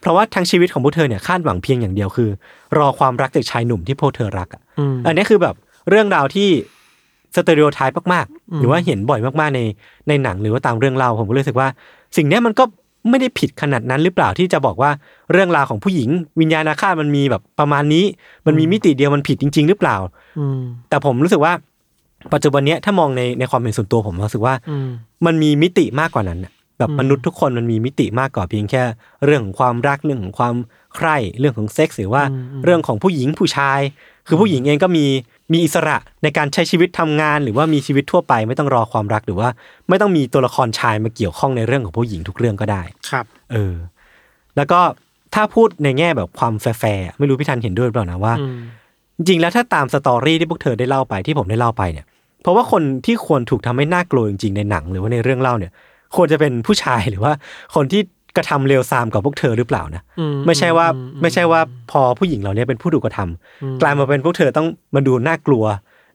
S2: เพราะว่าทั้งชีวิตของพวกเธอเนี่ยคาดหวังเพียงอย่างเดียวคือ รอความรักจากชายหนุ่มที่พวกเธอรักอะ
S3: อืม
S2: อันนี้คือแบบเรื่องราวที่สเตอริโอไทป์มาก
S3: อื
S2: ๆ
S3: ม
S2: หรือว่าเห็นบ่อยมากๆในในหนังหรือว่าตามเรื่องเล่าผมก็เลยรู้สึกว่า สิ่งเนี้ยมันก็ไม่ได้ผิดขนาดนั้นหรือเปล่าที่จะบอกว่าเรื่องราวของผู้หญิง วิญญาณอาฆาตมันมีแบบประมาณนี้ มันมีมิติเดียวมันผิดจริง ๆ หรือเปล่า
S3: อืม
S2: แต่ผมรู้สึกว่า ปัจจุบันเนี้ยถ้ามองในในความเห็นส่วนตัวผมรู้สึกว่า
S3: อืม
S2: มันมีมิติมากกว่านั้นน่ะแบบ
S3: อืม
S2: มนุษย์ทุกคนมันมีมิติมากกว่าเพียงแค่ เรื่องของความรักเรื่องของความใคร่เรื่องของเซ็กส์หรือว่าเรื่องของผู้หญิงผู้ชาย คือผู้หญิงเองก็มีมีอิสระในการใช้ชีวิตทำงาน หรือว่ามีชีวิตทั่วไปไม่ต้องรอความรักหรือว่า ไม่ต้องมีตัวละครชายมาเกี่ยวข้องในเรื่องของผู้หญิงทุกเรื่องก็ได้
S3: ครับ
S2: เออ แล้วก็ถ้าพูดในแง่แบบความแฟร์ๆอะไม่รู้พี่ทันเห็นด้วยหรือเปล่านะว่า
S3: อืม
S2: จริงๆแล้วถ้าตามสตอรี่ที่พวกเธอได้เล่าไปที่ผมได้เล่าไปเนี่ย เพราะว่าคนที่ควรถูกทำให้น่ากลัวจริงๆในหนังหรือว่าในเรื่องเล่าเนี่ย ควรจะเป็นผู้ชายหรือว่า คนที่กระทำเลวทรามกับพวกเธอหรือเปล่านะ
S3: อื
S2: ไม่ใช่ว่า
S3: อือื
S2: ไม่ใช่ว่าพอผู้หญิงเหล่านี้เป็นผู้ถูกกระทำ
S3: อืม
S2: กลายมาเป็นพวกเธอต้องมาดูน่ากลัว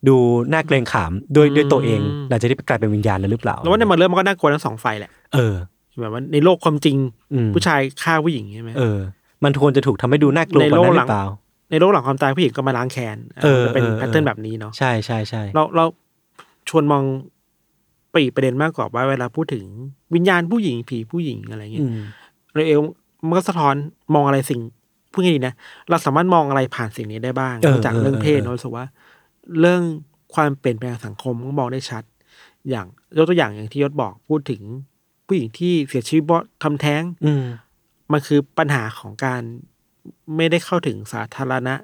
S2: ดูน่าเกรงขามด้วย
S3: อืม
S2: ด้วยตัวเองหลังจากที่กลายเป็นวิญญาณแล้วหรือเปล่า
S3: แล้วว่าในมันเริ่มมันก็น่ากลัวทั้งสองฝ่ายแหละ
S2: เออ
S3: แบบว่าในโลกความจริง
S2: อืม
S3: ผู้ชายฆ่าผู้หญิงใช่ไหม
S2: เออ มันควรจะถูกทำให้ดูน่ากลัวก
S3: ใน
S2: ว่า
S3: โลก
S2: นั้นหรือ
S3: หลัง
S2: เปล่า
S3: ในโลกหลังความตายผู้หญิงก็มาล้างแค้น
S2: เออ
S3: มันเป็น
S2: เออ
S3: แพทเทิร์นแบบนี้เนาะ
S2: ใช่ใช่ใช่
S3: เราเราชวนมองปรีกประเด็นมากกว่าว่าเวลาพูดถึงวิญญาณผู้หญิงผีผู้หญิงอะไรเงี้
S2: อื
S3: ย
S2: ม
S3: เราเองมันก็สะท้อนมองอะไรสิ่งพูดง่ายๆดีนะเราสามารถมองอะไรผ่านสิ่งนี้ได้บ้างนอกจากเรื่องเพศเนอะรู้สึกว่า เรื่องความเปลี่ยนแปลงสังคมก็มองได้ชัด อย่างยกตัวอย่างอย่างที่ยศบอกพูดถึงผู้หญิงที่เสียชีวิตเพราะทำแท้ง
S2: อืม
S3: มันคือปัญหาของการไม่ได้เข้าถึงสาธารณะ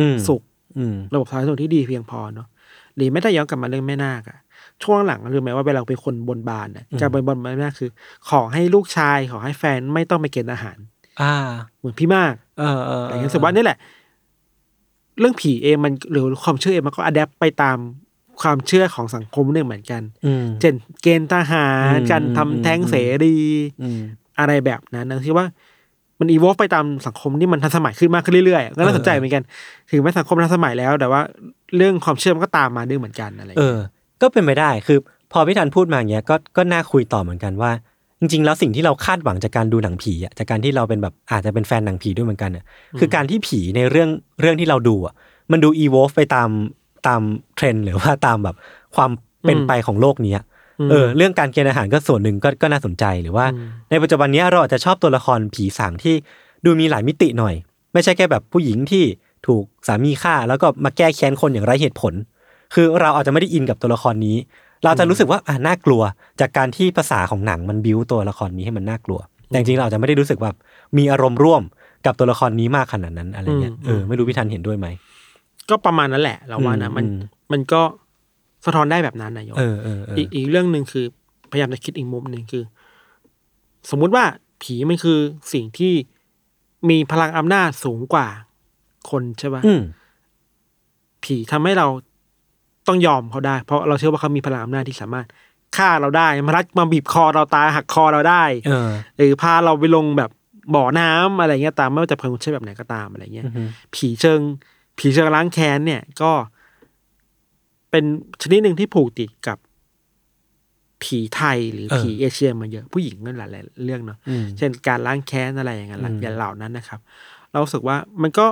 S2: อืม
S3: สุข
S2: อืม
S3: ระบบสาธารณสุขที่ดีเพียงพอเนาะหรือไม่ได้ย้อนกลับมาเรื่องแม่นาคอะช่วงหลังรู้ไหมว่าเวลาเป็นคนบนบานเนี่ย
S2: อืม
S3: การบนบานแม่นาคคือ ขอให้ลูกชายขอให้แฟนไม่ต้องไปเกณฑ์อาหาร
S2: อ่า
S3: เหมือนพี่มาก
S2: เออเออ
S3: แต่ยังรู้สึกว่านี่แหละ เรื่องผีเองมันหรือความเชื่อเองมันก็อัดแอปไปตามความเชื่อของสังคมเนี่ยเหมือนกัน
S2: อืม
S3: เช่นเกณฑ์ทหาร
S2: อืม
S3: การทำ
S2: อืม
S3: แท้งเสรี
S2: อืม
S3: อะไรแบบนั้นนะที่ว่ามันอีวอฟไปตามสังคมที่มันทันสมัยขึ้นมากขึ้นเรื่อยๆก็น่าสนใจเหมือนกัน ถึงแม้สังคมทันสมัยแล้ว แต่ว่าเรื่องความเชื่อมันก็ตามมาด้วยเหมือนกันอะไรอย่าง
S2: เอ
S3: เงี้ย
S2: อ ก็เป็นไปได้ คือ พอพี่ธันพูดมาอย่างเงี้ย ก็ ก็น่าคุยต่อเหมือนกันว่า จริง ๆ แล้วสิ่งที่เราคาดหวังจากการดูหนังผีอ่ะ จากการที่เราเป็นแบบอาจจะเป็นแฟนหนังผีด้วยเหมือนกันอ่ะ คือการที่ผีในเรื่อง เรื่องที่เราดูอ่ะ มันดูอีวอฟไปตาม ตามเทรนด์หรือว่าตามแบบความเป็นไปของโลกเนี้ย เออ เรื่องการเกณฑ์อาหารก็ส่วนหนึ่งก็ ก็น่าสนใจ หรือว่า ในปัจจุบันเนี้ยเราอาจจะชอบตัวละครผีสางที่ดูมีหลายมิติหน่อย ไม่ใช่แค่แบบผู้หญิงที่ถูกสามีฆ่าแล้วก็มาแก้แค้นคนอย่างไร้เหตุผล คือเราอาจจะไม่ได้อินกับตัวละครนี้ เราจะรู้สึกว่าอ่าน่ากลัว จากการที่ภาษาของหนังมันบิวตัวละครนี้ให้มันน่ากลัว แต่จริงๆเราอาจจะไม่ได้รู้สึกแบบมีอารมณ์ร่วมกับตัวละครนี้มากขนาดนั้นอะไรเงี้ยเออไม่รู้พี่ทันเห็นด้วยไหม
S3: ก็ประมาณนั้นแหละ เราว่านะ
S2: อืม
S3: มัน
S2: อืม
S3: มันก็สะท้อนได้แบบนั้นนายก
S2: เออเออเออ
S3: อีกอีกเรื่องหนึ่งคือ พยายามจะคิดอีกมุมหนึ่งคือ สมมุติว่าผีมันคือสิ่งที่มีพลังอำนาจสูงกว่าคนใช่ปะ
S2: อืม
S3: ผีทำให้เราต้องยอมเขาได้ เพราะเราเชื่อว่าเขามีพลังอำนาจที่สามารถฆ่าเราได้มารัดมาบีบคอเราตายหักคอเราได้
S2: เออ
S3: หรือพาเราไปลงแบบบ่อน้ำอะไรเงี้ยตามไม่ว่าจะเพลิงใช่แบบไหนก็ตามอะไรเงี้ย
S2: อือฮึ
S3: ผีเชิง ผีเชิงล้างแค้นเนี่ยก็ เป็นชนิดหนึ่งที่ผูกติดกับ ผีไทยหรือ
S2: เออ
S3: ผีเอเชียมาเยอะผู้หญิงนั่นหลายๆเรื่องเนาะ
S2: อืม
S3: เช่นการล้างแค้นอะไรอย่างเงี้ยหลัง
S2: อืม
S3: อย่างเหล่านั้นนะครับ เรารู้สึกว่ามันก็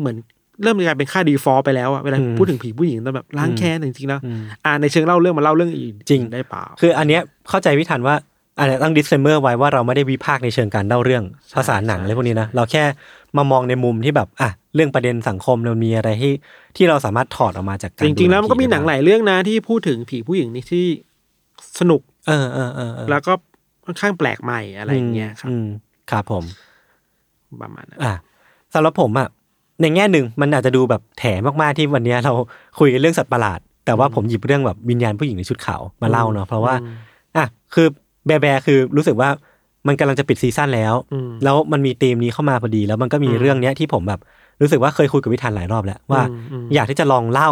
S3: เหมือนเริ่มกลายเป็นค่าดีฟอลไปแล้วอะเวลา
S2: อืม
S3: พูดถึงผีผู้หญิงต้องแบบล้างแค้นจริงๆแล้ว
S2: อืม
S3: อ่าในเชิงเล่าเรื่องมาเล่าเรื่องอื่น
S2: จริง
S3: ได้เปล่า
S2: คืออันเนี้ยเข้าใจพี่ทันว่าอันเนี้ยต้อง disclaimer ไว้ว่าเราไม่ได้วิพากษ์ในเชิงการเล่าเรื่องภาษาหนัง
S3: ใช่
S2: อะไรพวกนี้นะเราแค่มามองในมุมที่แบบอ่ะเรื่องประเด็นสังคมเรามีอะไรที่ที่เราสามารถถอดออกมาจากการ
S3: จริง ๆ แล้วมันก็มี
S2: ดู
S3: หนังห
S2: ได้บ้า
S3: ลายเรื่องนะที่พูดถึงผีผู้หญิงนี่ที่สนุก
S2: เออเออเออเออ
S3: แล้วก็ค่อนข้างแปลกใหม่อะไรอย่างเงี้ยครับ
S2: อืมครับผม
S3: ประมาณนั้น
S2: อ่ะสำหรับผมอ่ะในแง่หนึ่งมันอาจจะดูแบบแถมากๆที่วันเนี้ยเราคุยกันเรื่องสัตว์ประหลาด แต่ว่าผมหยิบเรื่องแบบวิญญาณผู้หญิงในชุดขาวมาเล่าเนาะเพราะว่า
S3: อืม
S2: อ่ะคือแบร์แบร์คือรู้สึกว่ามันกำลังจะปิดซีซั่นแล้ว
S3: อืม
S2: แล้วมันมีธีมนี้เข้ามาพอดี แล้วมันก็มี
S3: อืม
S2: เรื่องเนี้ยที่ผมแบบรู้สึกว่าเคยคุยกับพิธันหลายรอบแล้วว่า
S3: อืมอืม
S2: อยากที่จะลองเล่า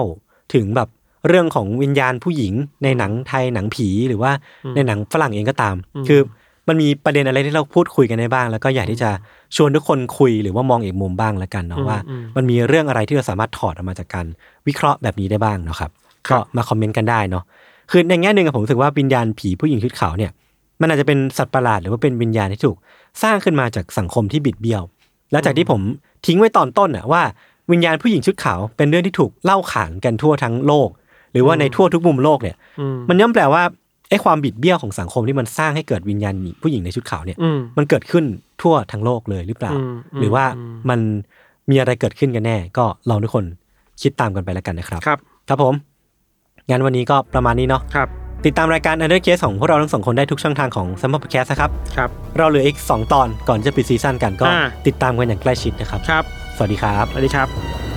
S2: ถึงแบบเรื่องของวิญญาณผู้หญิง ในหนังไทยหนังผีหรือว่าในหนังฝรั่งเองก็ตาม
S3: อืม
S2: คือมันมีประเด็นอะไรที่เราพูดคุยกันได้บ้าง แล้วก็อยากที่จะชวนทุกคนคุยหรือว่ามองอีกมุมบ้างละกันเนาะ
S3: อืม
S2: ว่า
S3: อืม
S2: มันมีเรื่องอะไรที่เราสามารถถอดออกมาจากการวิเคราะห์แบบนี้ได้บ้างเนาะครับก็มาคอมเมนต์กันได้เนาะคือในแง่หนึ่งอะผมรู้สึกว่าวิญญาณผีผู้หญิงชุดขาวเนี่ย มันอาจจะเป็นสัตว์ประหลาดหรือว่าเป็นวิญญาณที่ถูกสร้างขึ้นมาจากสังคมที่บิดเบี้ยว แล้วจากที่ผมทิ้งไว้ตอนต้นอะว่าวิญญาณผู้หญิงชุดขาวเป็นเรื่องที่ถูกเล่าขานกันทั่วทั้งโลก หรือว่าในทั่วทุกมุมโลกเนี่ย
S3: อืม
S2: มันย่อมแปลว่าไอ้ความบิดเบี้ยวของสังคมที่มันสร้างให้เกิดวิญญาณผู้หญิงในชุดขาวเนี่ย
S3: อืม
S2: มันเกิดขึ้นทั่วทั้งโลกเลยหรือเปล่า
S3: อืมอืม
S2: หรือว่า
S3: อืม
S2: มันมีอะไรเกิดขึ้นกันแน่ ก็ลองทุกคนคิดตามกันไปแล้วกันนะครับ
S3: ครับ
S2: ครับผมงั้นวันนี้ก็ประมาณนี้เนาะ
S3: ครับ
S2: ติดตามรายการ Under Case ของพวกเราทั้งสองคนได้ทุกช่องทางของ s ัมม p แคสนะครับ
S3: ครับ
S2: เราเหลืออีก 2 ตอนก่อนจะปิดซีซั่นกันก็
S3: อ่า
S2: ติดตามกันอย่างใกล้ชิดนะครับ
S3: ครับ
S2: สวัสดีครับ
S3: สวัสดีครับ